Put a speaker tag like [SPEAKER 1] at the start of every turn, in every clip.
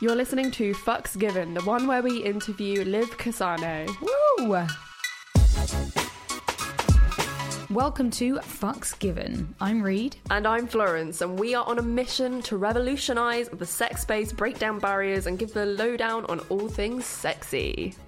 [SPEAKER 1] You're listening to Fucks Given, the one where we interview Liv Casano.
[SPEAKER 2] Woo! Welcome to Fucks Given. I'm Reed.
[SPEAKER 1] And I'm Florence, and we are on a mission to revolutionise the sex space, break down barriers, and give the lowdown on all things sexy.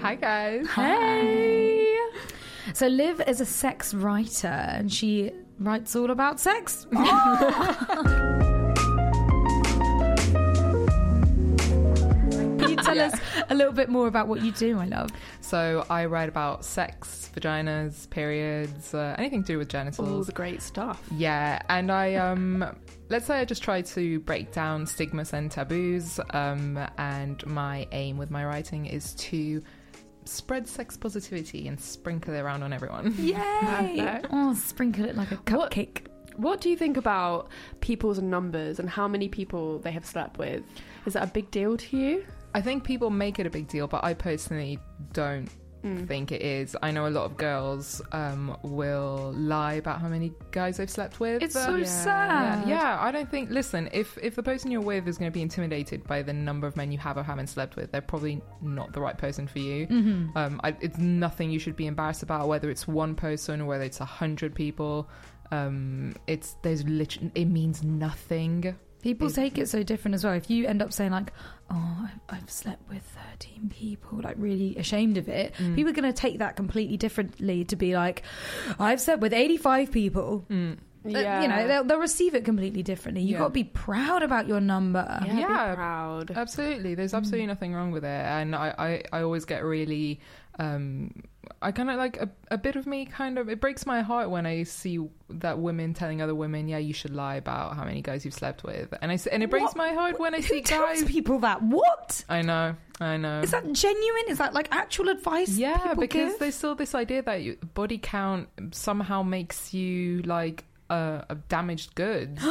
[SPEAKER 1] Hi guys.
[SPEAKER 2] Hey! So, Liv is a sex writer and she writes all about sex. Can you tell
[SPEAKER 3] Yeah.
[SPEAKER 2] us a little bit more about what you do, my love?
[SPEAKER 3] So I write about sex, vaginas, periods, uh, anything to do with
[SPEAKER 1] All
[SPEAKER 3] genitals.
[SPEAKER 1] the great stuff.
[SPEAKER 3] yeah, and I um, let's say I just try to break down stigmas and taboos. Um, and my aim with my writing is to spread sex positivity and sprinkle it around on everyone.
[SPEAKER 2] Yay!
[SPEAKER 1] Perfect.
[SPEAKER 2] Oh, sprinkle it like a
[SPEAKER 1] What-
[SPEAKER 2] cupcake.
[SPEAKER 1] What do you think about people's numbers and how many people they have slept with? Is that a big deal to you?
[SPEAKER 3] I think people make it a big deal, but I personally don't
[SPEAKER 2] Mm.
[SPEAKER 3] think it is. I know a lot of girls um, will lie about how many guys they've slept with.
[SPEAKER 2] It's so
[SPEAKER 3] Yeah.
[SPEAKER 2] sad.
[SPEAKER 3] Yeah, I don't think. Listen, if if the person you're with is going to be intimidated by the number of men you have or haven't slept with, they're probably not the right person for
[SPEAKER 2] Mm.
[SPEAKER 3] you.
[SPEAKER 2] Mm-hmm.
[SPEAKER 3] Um, I, it's nothing you should be embarrassed about, whether it's one person or whether it's a hundred people. Um, it's there's literally it means nothing.
[SPEAKER 2] People take it so different as well. If you end up saying like, "Oh, I- I've slept with thirteen people," like really ashamed of it, people are going to take that completely differently. To be like, "I've slept with eighty-five people," Uh, you know, they'll, they'll receive it completely differently. You've
[SPEAKER 3] Yeah.
[SPEAKER 2] got to be proud about your number.
[SPEAKER 1] yeah,
[SPEAKER 3] Yeah.
[SPEAKER 1] Be proud.
[SPEAKER 3] Absolutely,
[SPEAKER 2] Mm.
[SPEAKER 3] there's absolutely nothing wrong with it, and I, I, I always get really, um, I kind of like a, a bit of me kind of it breaks my heart when I see that women telling other women, yeah, you should lie about how many guys you've slept with, and I s- and it breaks
[SPEAKER 2] What-
[SPEAKER 3] my heart when I
[SPEAKER 2] Who
[SPEAKER 3] see
[SPEAKER 2] tells
[SPEAKER 3] guys.
[SPEAKER 2] people that? What
[SPEAKER 3] I know, I know.
[SPEAKER 2] is that genuine? Is that like actual advice?
[SPEAKER 3] yeah,
[SPEAKER 2] people
[SPEAKER 3] because
[SPEAKER 2] give?
[SPEAKER 3] there's still this idea that you, body count somehow makes you like a, a damaged goods.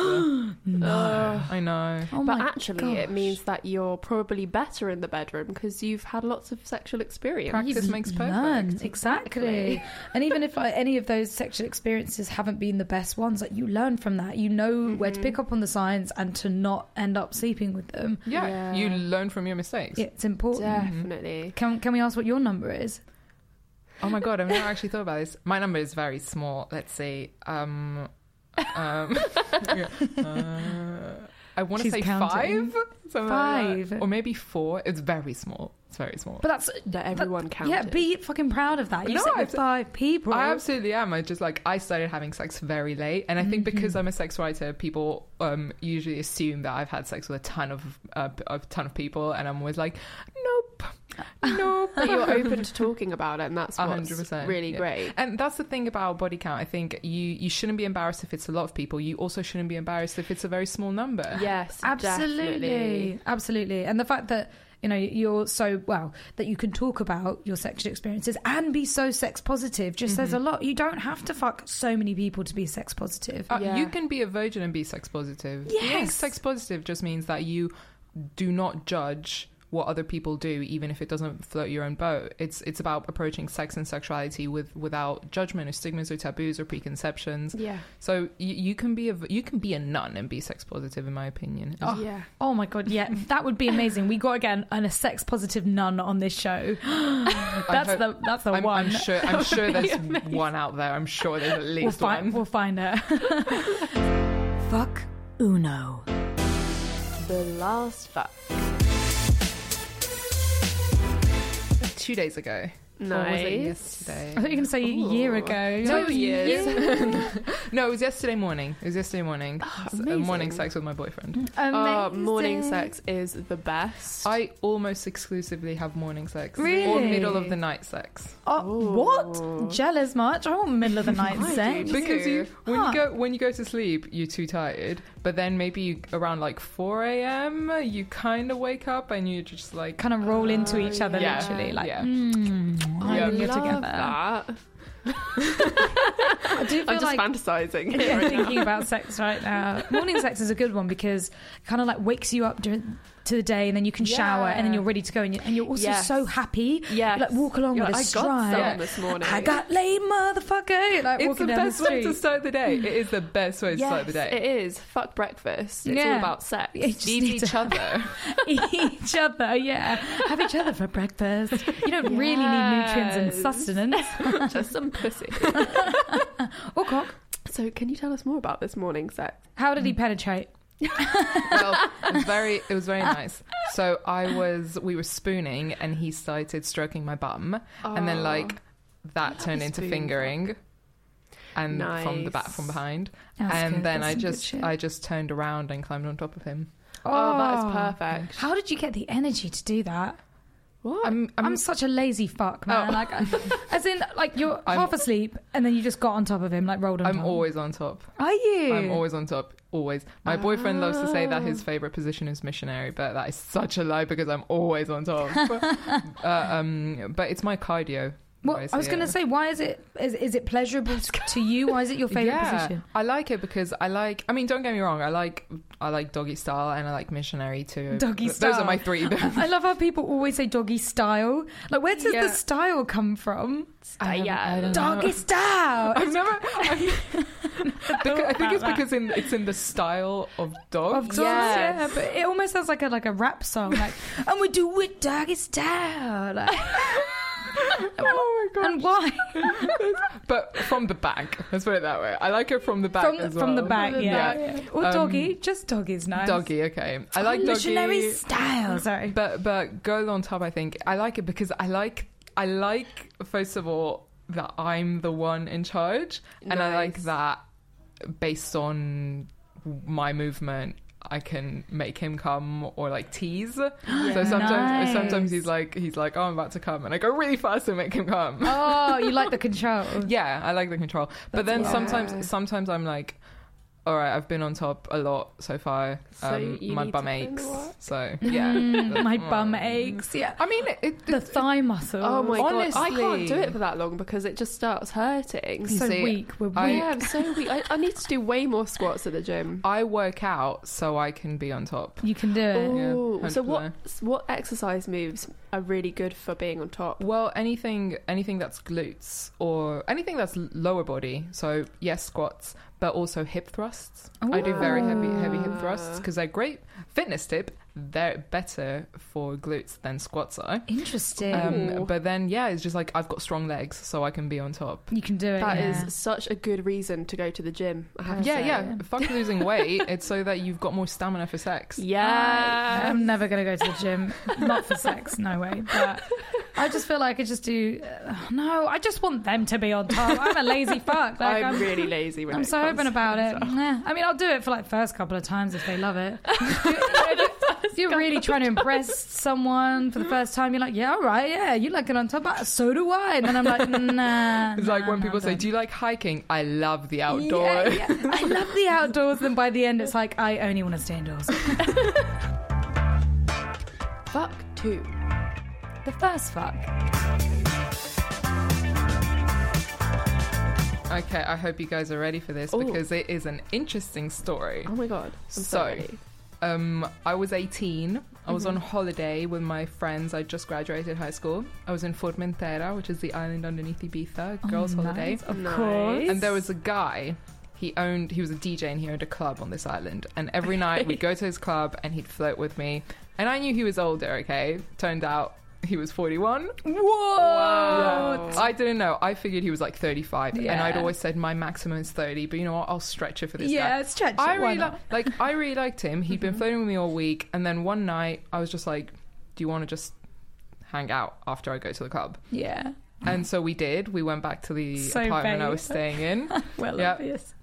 [SPEAKER 1] Ugh.
[SPEAKER 3] I know.
[SPEAKER 2] Oh
[SPEAKER 1] but
[SPEAKER 2] my
[SPEAKER 1] actually, it
[SPEAKER 2] gosh.
[SPEAKER 1] means that you're probably better in the bedroom because you've had lots of sexual experience.
[SPEAKER 3] Practice
[SPEAKER 2] You've
[SPEAKER 3] makes
[SPEAKER 2] learned.
[SPEAKER 3] perfect.
[SPEAKER 2] Exactly. and even if like, any of those sexual experiences haven't been the best ones, like you learn from that. You know
[SPEAKER 3] Mm-hmm.
[SPEAKER 2] where to pick up on the signs and to not end up sleeping with them.
[SPEAKER 3] Yeah,
[SPEAKER 1] Yeah.
[SPEAKER 3] you learn from your mistakes.
[SPEAKER 2] Yeah, It's important.
[SPEAKER 1] Definitely.
[SPEAKER 2] Can, can we ask what your number is?
[SPEAKER 3] Oh my god, I've never actually thought about this. My number is very small. Let's see. Um, um, yeah, uh, I want to
[SPEAKER 2] She's
[SPEAKER 3] say
[SPEAKER 2] counting.
[SPEAKER 3] five, something like that.
[SPEAKER 2] Five.
[SPEAKER 3] or maybe four. It's very small. It's very small.
[SPEAKER 2] But that's
[SPEAKER 1] That everyone counted.
[SPEAKER 2] Yeah, be fucking proud of that. You
[SPEAKER 3] No,
[SPEAKER 2] said with
[SPEAKER 3] it's-
[SPEAKER 2] five people.
[SPEAKER 3] I absolutely am. I just like I started having sex very late, and I think
[SPEAKER 2] Mm-hmm.
[SPEAKER 3] because I'm a sex writer, people um, usually assume that I've had sex with a ton of uh, a ton of people, and I'm always like, nope, nope.
[SPEAKER 1] But you're open to talking about it, and that's
[SPEAKER 3] A
[SPEAKER 1] what's
[SPEAKER 3] hundred percent,
[SPEAKER 1] really
[SPEAKER 3] yeah.
[SPEAKER 1] great.
[SPEAKER 3] And that's the thing about body count. I think you you shouldn't be embarrassed if it's a lot of people. You also shouldn't be embarrassed if it's a very small number.
[SPEAKER 1] Yes,
[SPEAKER 2] Uh, absolutely
[SPEAKER 1] definitely.
[SPEAKER 2] absolutely and the fact that you know you're so well that you can talk about your sexual experiences and be so sex positive just says a lot you don't have to fuck so many people to be sex positive
[SPEAKER 3] Uh,
[SPEAKER 1] Yeah.
[SPEAKER 3] You can be a virgin and be sex positive. Being
[SPEAKER 2] Yes.
[SPEAKER 3] sex positive just means that you do not judge what other people do, even if it doesn't float your own boat. It's it's about approaching sex and sexuality with without judgment or stigmas or taboos or preconceptions.
[SPEAKER 1] Yeah.
[SPEAKER 3] So you, you can be a v- you can be a nun and be sex positive, in my opinion.
[SPEAKER 2] Oh.
[SPEAKER 1] Yeah.
[SPEAKER 2] oh my god yeah that would be amazing we got again an, a sex positive nun on this show that's
[SPEAKER 3] hope-
[SPEAKER 2] the that's the
[SPEAKER 3] I'm,
[SPEAKER 2] one
[SPEAKER 3] I'm sure. I'm sure
[SPEAKER 2] would be
[SPEAKER 3] there's
[SPEAKER 2] amazing.
[SPEAKER 3] one out there. I'm sure there's at
[SPEAKER 2] we'll
[SPEAKER 3] least
[SPEAKER 2] find
[SPEAKER 3] one.
[SPEAKER 2] we'll find her fuck uno
[SPEAKER 1] The last fuck.
[SPEAKER 3] Two days ago,
[SPEAKER 4] Nice.
[SPEAKER 3] Or was it yesterday?
[SPEAKER 2] I thought you were going to say a year
[SPEAKER 4] Ooh.
[SPEAKER 2] ago.
[SPEAKER 4] Two
[SPEAKER 2] That was
[SPEAKER 4] years.
[SPEAKER 3] no, it was yesterday morning. It was yesterday morning.
[SPEAKER 4] Oh,
[SPEAKER 3] S- uh, morning
[SPEAKER 4] amazing.
[SPEAKER 3] sex with my boyfriend.
[SPEAKER 4] Oh,
[SPEAKER 2] Amazing.
[SPEAKER 4] morning sex is the best.
[SPEAKER 3] I almost exclusively have morning sex or
[SPEAKER 2] Really?
[SPEAKER 3] middle of the night sex
[SPEAKER 2] Oh,
[SPEAKER 4] Ooh.
[SPEAKER 2] what? Jealous much? I want middle of the night
[SPEAKER 4] I
[SPEAKER 2] sex.
[SPEAKER 4] do.
[SPEAKER 3] because
[SPEAKER 4] Ew.
[SPEAKER 3] you when
[SPEAKER 2] Huh.
[SPEAKER 3] you go when you go to sleep you're too tired, but then maybe you, around like four a.m. you kind of wake up and you just like
[SPEAKER 2] Kind of roll into each other,
[SPEAKER 3] Yeah.
[SPEAKER 2] literally. Like,
[SPEAKER 3] Yeah.
[SPEAKER 2] mm,
[SPEAKER 4] I
[SPEAKER 3] Yeah.
[SPEAKER 2] and you're
[SPEAKER 4] love
[SPEAKER 2] together.
[SPEAKER 4] that.
[SPEAKER 2] I do feel
[SPEAKER 4] I'm just
[SPEAKER 2] like
[SPEAKER 4] fantasizing. here
[SPEAKER 2] yeah,
[SPEAKER 4] right now.
[SPEAKER 2] thinking about sex right now. Morning sex is a good one because it kind of like wakes you up during to the day, and then you can shower, and then
[SPEAKER 3] Yeah.
[SPEAKER 2] you're ready to go, and you're, and you're also
[SPEAKER 4] Yes.
[SPEAKER 2] so happy.
[SPEAKER 4] Yes.
[SPEAKER 2] Like walk along
[SPEAKER 4] You're
[SPEAKER 2] with
[SPEAKER 4] like, I
[SPEAKER 2] a stride.
[SPEAKER 4] got
[SPEAKER 3] Yeah.
[SPEAKER 4] some this morning.
[SPEAKER 2] I got laid, motherfucker. Like
[SPEAKER 3] it's the
[SPEAKER 2] walking down
[SPEAKER 3] best
[SPEAKER 2] the
[SPEAKER 3] way
[SPEAKER 2] street.
[SPEAKER 3] to start the day. It is the best way to start the
[SPEAKER 4] Yes,
[SPEAKER 3] day.
[SPEAKER 4] It is. Fuck breakfast. It's
[SPEAKER 2] Yeah.
[SPEAKER 4] all about sex.
[SPEAKER 2] You just
[SPEAKER 3] Eat
[SPEAKER 2] need
[SPEAKER 3] each
[SPEAKER 2] to
[SPEAKER 3] other.
[SPEAKER 2] each other. Yeah, have each other for breakfast. You don't really need nutrients and
[SPEAKER 4] Yes.
[SPEAKER 2] sustenance.
[SPEAKER 4] Just some pussy.
[SPEAKER 2] Or cock.
[SPEAKER 4] so, can you tell us more about this morning sex?
[SPEAKER 2] How did he penetrate?
[SPEAKER 3] well, it was very it was very nice. So I was we were spooning and he started stroking my bum and then like that turned
[SPEAKER 4] a
[SPEAKER 3] into
[SPEAKER 4] spoon.
[SPEAKER 3] fingering and from the back
[SPEAKER 4] Nice.
[SPEAKER 3] from behind
[SPEAKER 2] That's
[SPEAKER 3] and
[SPEAKER 2] good.
[SPEAKER 3] then
[SPEAKER 2] That's
[SPEAKER 3] I
[SPEAKER 2] some good
[SPEAKER 3] just
[SPEAKER 2] shit.
[SPEAKER 3] I just turned around and climbed on top of him.
[SPEAKER 4] Oh, that is perfect.
[SPEAKER 2] How did you get the energy to do that?
[SPEAKER 4] What?
[SPEAKER 3] I'm,
[SPEAKER 2] I'm,
[SPEAKER 3] I'm
[SPEAKER 2] such a lazy fuck, man.
[SPEAKER 3] Oh.
[SPEAKER 2] Like, I- as in, like you're
[SPEAKER 3] I'm-
[SPEAKER 2] half asleep and then you just got on top of him, like rolled on.
[SPEAKER 3] I'm
[SPEAKER 2] top.
[SPEAKER 3] always on top.
[SPEAKER 2] Are you?
[SPEAKER 3] I'm always on top. Always. My boyfriend loves to say that
[SPEAKER 4] Ah.
[SPEAKER 2] Oh.
[SPEAKER 3] his favorite position is missionary, but that is such a lie because I'm always on top. uh, um, but it's my cardio.
[SPEAKER 2] Well,
[SPEAKER 3] Always,
[SPEAKER 2] I was going
[SPEAKER 3] yeah.
[SPEAKER 2] to say, why is it is, is it pleasurable to you? Why is it your favorite
[SPEAKER 3] yeah,
[SPEAKER 2] position?
[SPEAKER 3] I like it because I like. I mean, don't get me wrong. I like I like doggy style and I like missionary too.
[SPEAKER 2] Doggy
[SPEAKER 3] Th- Those
[SPEAKER 2] style.
[SPEAKER 3] are my three.
[SPEAKER 2] I love how people always say doggy style. Like, where does
[SPEAKER 3] Yeah. Uh,
[SPEAKER 2] the style come from?
[SPEAKER 4] I haven't- yeah. I don't
[SPEAKER 2] Doggy style.
[SPEAKER 3] I've never. I've, because, I think
[SPEAKER 2] about
[SPEAKER 3] it's
[SPEAKER 2] that.
[SPEAKER 3] because in, it's in the style of
[SPEAKER 2] Of
[SPEAKER 3] dogs.
[SPEAKER 2] course, yeah,
[SPEAKER 4] Yes.
[SPEAKER 2] but it almost sounds like a like a rap song, like "and we do it doggy style." Like,
[SPEAKER 3] oh my god!
[SPEAKER 2] and why?
[SPEAKER 3] But from the back. Let's put it that way. I like it from the back.
[SPEAKER 2] from
[SPEAKER 3] as
[SPEAKER 2] from the
[SPEAKER 3] well.
[SPEAKER 2] back,
[SPEAKER 4] From the
[SPEAKER 2] yeah.
[SPEAKER 4] back.
[SPEAKER 2] Or
[SPEAKER 3] Um,
[SPEAKER 2] doggy, just doggy's nice.
[SPEAKER 3] Doggy. Okay. I like
[SPEAKER 2] Missionary
[SPEAKER 3] doggy.
[SPEAKER 2] style. Sorry.
[SPEAKER 3] But but girl on top. I think I like it because I like I like first of all that I'm the one in charge, and I like
[SPEAKER 4] Nice.
[SPEAKER 3] that based on my movement. I can make him come or like tease. So sometimes
[SPEAKER 2] Nice.
[SPEAKER 3] sometimes he's like he's like oh I'm about to come and I go really fast to make him come.
[SPEAKER 2] Oh, you like the control.
[SPEAKER 3] Yeah, I like the control.
[SPEAKER 2] That's
[SPEAKER 3] but then
[SPEAKER 2] awesome.
[SPEAKER 4] Yeah.
[SPEAKER 3] sometimes sometimes I'm like, all right, I've been on top a lot so far.
[SPEAKER 4] So
[SPEAKER 3] um,
[SPEAKER 4] you
[SPEAKER 3] my
[SPEAKER 4] need to
[SPEAKER 3] bum
[SPEAKER 4] find
[SPEAKER 3] aches.
[SPEAKER 4] what?
[SPEAKER 3] So yeah,
[SPEAKER 2] Mm, my
[SPEAKER 3] Mm.
[SPEAKER 2] bum aches. Yeah.
[SPEAKER 3] I mean, it, it,
[SPEAKER 2] The thigh muscle.
[SPEAKER 4] oh my god! I
[SPEAKER 3] honestly.
[SPEAKER 4] can't do it for that long because it just starts hurting.
[SPEAKER 2] So
[SPEAKER 3] see,
[SPEAKER 2] weak. We're weak.
[SPEAKER 3] I-
[SPEAKER 4] yeah, I'm so weak. I, I need to do way more squats at the gym.
[SPEAKER 3] I work out so I can be on top.
[SPEAKER 2] you can do it.
[SPEAKER 3] Yeah,
[SPEAKER 4] Ooh, so
[SPEAKER 3] 100%.
[SPEAKER 4] what what exercise moves are really good for being on top?
[SPEAKER 3] Well, anything anything that's glutes or anything that's l- lower body. So yes, squats, but also hip thrusts. I do very heavy heavy hip
[SPEAKER 4] Ooh.
[SPEAKER 3] thrusts because they're great. Fitness tip: they're better for glutes than squats are.
[SPEAKER 2] Interesting.
[SPEAKER 4] Ooh.
[SPEAKER 3] Um, but then yeah, it's just like I've got strong legs, so I can be on top.
[SPEAKER 2] you can do it.
[SPEAKER 4] That is
[SPEAKER 2] yeah.
[SPEAKER 4] such a good reason to go to the gym. I have to
[SPEAKER 3] Yeah,
[SPEAKER 4] say.
[SPEAKER 3] yeah. Fuck losing weight. It's so that you've got more stamina for sex.
[SPEAKER 4] Yeah.
[SPEAKER 2] I, am never going to go to the gym. Not for sex, no way. But I just feel like I could just do. Uh, no, I just want them to be on top. I'm a lazy fuck. Like,
[SPEAKER 4] I'm, really lazy. When
[SPEAKER 2] I'm
[SPEAKER 4] it
[SPEAKER 2] so
[SPEAKER 4] comes
[SPEAKER 2] open
[SPEAKER 4] to
[SPEAKER 2] about it.
[SPEAKER 4] myself.
[SPEAKER 2] Yeah. I mean, I'll do it for like first couple of times if they love it. if you're really trying to impress someone for the first time, you're like, yeah, all right, yeah, you like it on top, but so do I. And then I'm like, nah.
[SPEAKER 3] It's like when people say, "Do you like hiking?" I love the outdoors.
[SPEAKER 2] Yeah, yeah. I love the outdoors. Then by the end, it's like I only want to stay indoors.
[SPEAKER 4] Fuck two.
[SPEAKER 2] The first fuck.
[SPEAKER 3] Okay, I hope you guys are ready for this
[SPEAKER 4] Ooh.
[SPEAKER 3] because it is an interesting story.
[SPEAKER 4] Oh my god. I'm so,
[SPEAKER 3] So-
[SPEAKER 4] ready.
[SPEAKER 3] Um, I was 18. I was on
[SPEAKER 4] Mm-hmm.
[SPEAKER 3] holiday with my friends. I just graduated high school. I was in Formentera, which is the island underneath Ibiza, girls'
[SPEAKER 2] Oh,
[SPEAKER 3] holiday.
[SPEAKER 2] nice. Of
[SPEAKER 4] Nice.
[SPEAKER 2] course.
[SPEAKER 3] And there was a guy. He owned. He was a DJ and he owned a club on this island. And every night we'd go to his club and he'd flirt with me. And I knew he was older. Okay, turned out he was 41.
[SPEAKER 2] Whoa!
[SPEAKER 3] I didn't know. I figured he was like 35. And
[SPEAKER 2] Oh.
[SPEAKER 3] I'd
[SPEAKER 2] Yeah.
[SPEAKER 3] always said my maximum is 30. But you know what? I'll stretch it for this guy.
[SPEAKER 2] Yeah, stretch it. why
[SPEAKER 3] I really
[SPEAKER 2] not? Mm-hmm.
[SPEAKER 3] li- like I really liked him. He'd been flirting with me all week, and then one night I was just like, "Do you want to just hang out after I go to the club?"
[SPEAKER 2] Yeah.
[SPEAKER 3] And so we did. We went back to the
[SPEAKER 2] Mm. So
[SPEAKER 3] apartment I
[SPEAKER 2] vague.
[SPEAKER 3] was staying in.
[SPEAKER 2] Well,
[SPEAKER 3] Yeah.
[SPEAKER 2] obvious.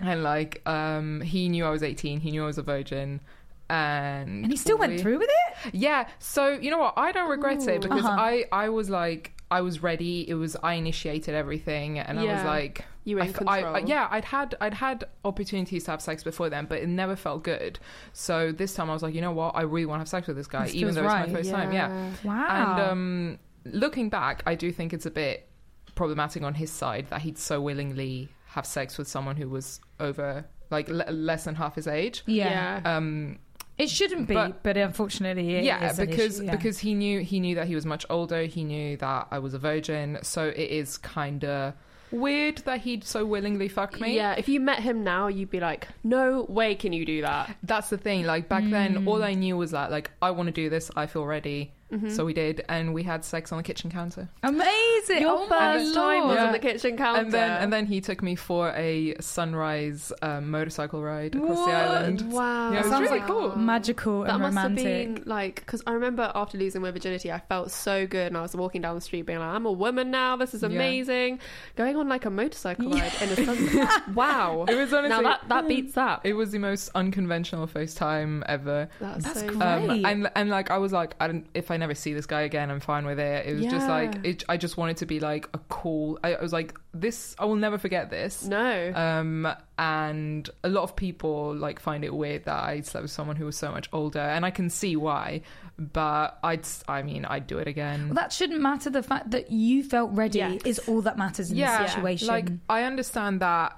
[SPEAKER 3] and like, um, he knew I was 18. He knew I was a virgin. And,
[SPEAKER 2] And he still went
[SPEAKER 3] we-
[SPEAKER 2] through with it?
[SPEAKER 3] Yeah. So you know what? I don't regret
[SPEAKER 4] Ooh.
[SPEAKER 3] it because
[SPEAKER 2] Uh-huh.
[SPEAKER 3] I I was like I was ready. It was I initiated everything, and I was
[SPEAKER 4] Yeah.
[SPEAKER 3] like.
[SPEAKER 4] You were
[SPEAKER 3] I
[SPEAKER 4] in
[SPEAKER 3] f- I-
[SPEAKER 4] control.
[SPEAKER 3] I- yeah, I'd had I'd had opportunities to have sex before then, but it never felt good. So this time I was like, you know what, I really want to have sex with this guy,
[SPEAKER 2] This feels
[SPEAKER 3] even though it's
[SPEAKER 2] right.
[SPEAKER 3] my first time. Yeah,
[SPEAKER 2] Wow.
[SPEAKER 3] and um, looking back, I do think it's a bit problematic on his side that he'd so willingly have sex with someone who was over like le- less than half his age.
[SPEAKER 2] yeah.
[SPEAKER 3] Um,
[SPEAKER 2] It shouldn't be, but,
[SPEAKER 3] But-
[SPEAKER 2] unfortunately, it
[SPEAKER 3] yeah,
[SPEAKER 2] is an
[SPEAKER 3] because
[SPEAKER 2] issue, yeah.
[SPEAKER 3] because he knew he knew that he was much older. He knew that I was a virgin, so it is kind of weird that he'd so willingly fuck me.
[SPEAKER 4] Yeah, if you met him now, you'd be like, no way can you do that.
[SPEAKER 3] that's the thing. Like back
[SPEAKER 2] Mm.
[SPEAKER 3] then, all I knew was that like I want to do this. I feel ready.
[SPEAKER 2] Mm-hmm.
[SPEAKER 3] So we did, and we had sex on the kitchen counter.
[SPEAKER 2] amazing.
[SPEAKER 4] Your
[SPEAKER 2] oh my
[SPEAKER 4] first time was
[SPEAKER 2] Lord.
[SPEAKER 4] on
[SPEAKER 3] Yeah.
[SPEAKER 4] the kitchen counter.
[SPEAKER 3] And then and then he took me for a sunrise um, motorcycle ride across the
[SPEAKER 2] What?
[SPEAKER 3] island.
[SPEAKER 4] Wow.
[SPEAKER 3] Yeah, it was
[SPEAKER 2] Sounds
[SPEAKER 3] really
[SPEAKER 2] like
[SPEAKER 3] cool.
[SPEAKER 2] magical
[SPEAKER 4] That
[SPEAKER 2] and
[SPEAKER 4] must
[SPEAKER 2] romantic.
[SPEAKER 4] have been like, because I remember after losing my virginity, I felt so good, and I was walking down the street being like, I'm a woman now, this is
[SPEAKER 3] Yeah.
[SPEAKER 4] amazing. Going on like a motorcycle ride in a sunset. wow.
[SPEAKER 3] It was honestly,
[SPEAKER 4] Now that, that beats that.
[SPEAKER 3] it was the most unconventional first time ever.
[SPEAKER 4] That's,
[SPEAKER 2] That's
[SPEAKER 4] so
[SPEAKER 2] great.
[SPEAKER 3] Um,
[SPEAKER 2] Right.
[SPEAKER 3] and and like I was like, I don't, if I never see this guy again, I'm fine with it. It was just
[SPEAKER 4] Yeah.
[SPEAKER 3] like it, I just wanted to be like a cool. I, I was like, this I will never forget this.
[SPEAKER 4] No.
[SPEAKER 3] um and a lot of people like find it weird that i slept with someone who was so much older and i can see why but i'd s- i mean i'd do it again
[SPEAKER 2] Well, that shouldn't matter. The fact that you felt ready
[SPEAKER 4] Yes.
[SPEAKER 2] is all that matters in
[SPEAKER 3] Yeah,
[SPEAKER 2] this situation.
[SPEAKER 3] like i understand that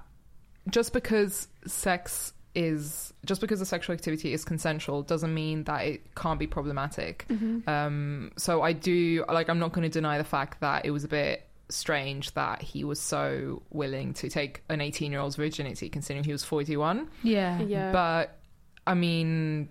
[SPEAKER 3] just because sex is just because the sexual activity is consensual doesn't mean that it can't be problematic um so i do like i'm not going to deny the fact that it was a bit strange that he was so willing to take an 18 year old's virginity considering he was 41
[SPEAKER 2] yeah.
[SPEAKER 4] yeah.
[SPEAKER 3] um, but i mean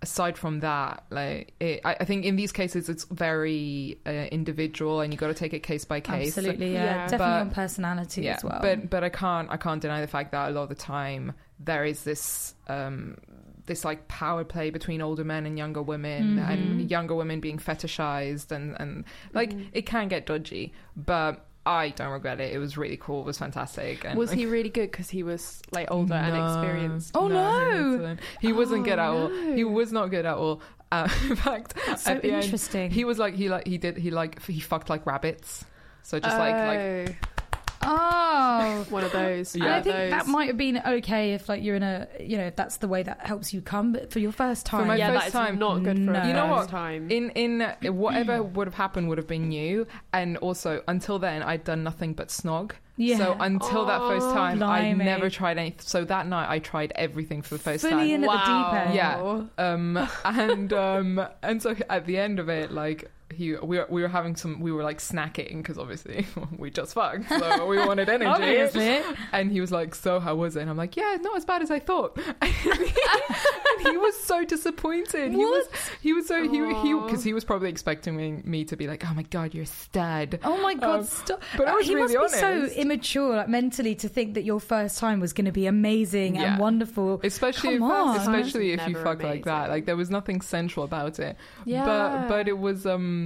[SPEAKER 3] aside from that like it, I, I think in these cases it's very uh, individual and you got to take it case by case
[SPEAKER 2] Absolutely, yeah.
[SPEAKER 4] Yeah.
[SPEAKER 2] Definitely
[SPEAKER 3] But-
[SPEAKER 2] on personality as well.
[SPEAKER 3] but but i can't i can't deny the fact that a lot of the time there is this um this like power play between older men and younger women
[SPEAKER 2] Mm-hmm.
[SPEAKER 3] and younger women being fetishized and and like it can get dodgy but i don't regret it it was really cool it was fantastic and
[SPEAKER 4] was he really good because he was like older and
[SPEAKER 3] um, No.
[SPEAKER 4] experienced?
[SPEAKER 2] Oh,
[SPEAKER 3] He
[SPEAKER 2] no.
[SPEAKER 3] wasn't, He wasn't
[SPEAKER 4] Oh,
[SPEAKER 3] good at all. He
[SPEAKER 4] no.
[SPEAKER 3] was not good at all. Uh, in fact,
[SPEAKER 2] so
[SPEAKER 3] at the end,
[SPEAKER 2] interesting.
[SPEAKER 3] he was like he like he did he like he fucked like rabbits. So just like like
[SPEAKER 2] oh.
[SPEAKER 4] one of those.
[SPEAKER 2] And
[SPEAKER 4] Yeah,
[SPEAKER 2] I think
[SPEAKER 4] those.
[SPEAKER 2] that might have been okay if, like, you're in a, you know, if that's the way that helps you come. But for your first time,
[SPEAKER 3] my
[SPEAKER 4] yeah,
[SPEAKER 3] first
[SPEAKER 4] that is
[SPEAKER 3] time.
[SPEAKER 4] not good for
[SPEAKER 2] No.
[SPEAKER 4] a
[SPEAKER 2] You know
[SPEAKER 4] first
[SPEAKER 3] what?
[SPEAKER 4] time.
[SPEAKER 3] in in whatever would have happened would have been new. And also until then, I'd done nothing but snog.
[SPEAKER 2] Yeah.
[SPEAKER 3] So until that first
[SPEAKER 4] Oh,
[SPEAKER 3] time, I
[SPEAKER 2] blimey.
[SPEAKER 3] never tried anything. So that night, I tried everything for the first
[SPEAKER 2] Fully
[SPEAKER 3] time.
[SPEAKER 2] in at the
[SPEAKER 4] wow.
[SPEAKER 2] deep end.
[SPEAKER 3] yeah um and um and so at the end of it like he we were, we were having some we were like snacking because obviously we just fucked so we wanted energy
[SPEAKER 2] obviously,
[SPEAKER 3] and he was like so how was it and i'm like yeah not as bad as i thought and he, and he was so disappointed he was he was so he he
[SPEAKER 4] Aw.
[SPEAKER 3] because he was probably expecting me, me to be like oh my god you're a stud
[SPEAKER 2] oh my god,
[SPEAKER 3] Um,
[SPEAKER 2] stop!
[SPEAKER 3] but I was
[SPEAKER 2] he
[SPEAKER 3] really
[SPEAKER 2] must be
[SPEAKER 3] honest.
[SPEAKER 2] so immature, like mentally, to think that your first time was going to be amazing
[SPEAKER 3] Yeah.
[SPEAKER 2] and wonderful.
[SPEAKER 3] especially
[SPEAKER 2] Come on.
[SPEAKER 3] especially if you
[SPEAKER 4] Never
[SPEAKER 3] fuck like that
[SPEAKER 4] amazing.
[SPEAKER 3] like there was nothing sensual about it
[SPEAKER 4] Yeah. Uh-huh.
[SPEAKER 3] but but it was um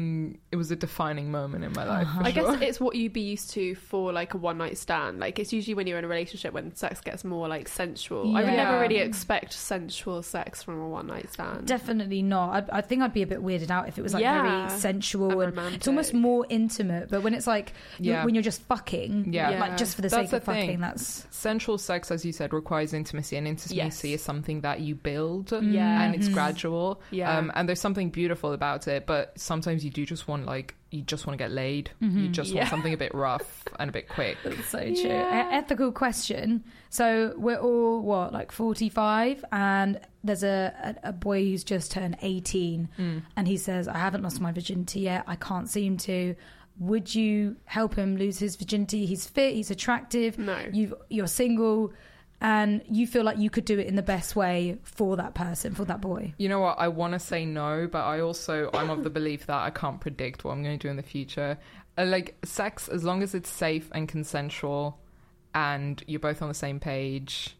[SPEAKER 3] it was a defining moment in my life for
[SPEAKER 4] I
[SPEAKER 3] sure.
[SPEAKER 4] guess it's what you'd be used to for like a one night stand. Like it's usually when you're in a relationship when sex gets more like sensual. I would
[SPEAKER 2] Yeah.
[SPEAKER 4] never really expect sensual sex from a one night stand.
[SPEAKER 2] Definitely not. I, I think I'd be a bit weirded out if it was like
[SPEAKER 4] Yeah.
[SPEAKER 2] very sensual
[SPEAKER 4] And
[SPEAKER 2] and, it's almost
[SPEAKER 4] romantic.
[SPEAKER 2] more intimate. But when it's like you-
[SPEAKER 3] Yeah.
[SPEAKER 2] when you're just fucking,
[SPEAKER 3] Yeah.
[SPEAKER 2] like just for the
[SPEAKER 3] That's
[SPEAKER 2] sake of
[SPEAKER 3] the thing.
[SPEAKER 2] fucking, that's
[SPEAKER 3] sensual sex as you said requires intimacy and intimacy
[SPEAKER 4] Yes. Mm-hmm.
[SPEAKER 3] is something that you build
[SPEAKER 4] Yeah.
[SPEAKER 3] and it's gradual
[SPEAKER 4] Yeah.
[SPEAKER 3] um, and there's something beautiful about it but sometimes you do just want like you just want to get laid you just
[SPEAKER 4] Mm-hmm. Yeah.
[SPEAKER 3] want something a bit rough and a bit quick
[SPEAKER 2] that's so true.
[SPEAKER 4] Yeah.
[SPEAKER 2] E- ethical question. So we're all what like forty five, and there's a, a a boy who's just turned eighteen, and he says, "I haven't lost my virginity yet. I can't seem to." Would you help him lose his virginity? He's fit. He's attractive.
[SPEAKER 4] No.
[SPEAKER 2] you've you're single and you feel like you could do it in the best way for that person for that boy
[SPEAKER 3] you know what i want to say no but i also i'm of the belief that i can't predict what i'm going to do in the future uh, like sex as long as it's safe and consensual and you're both on the same page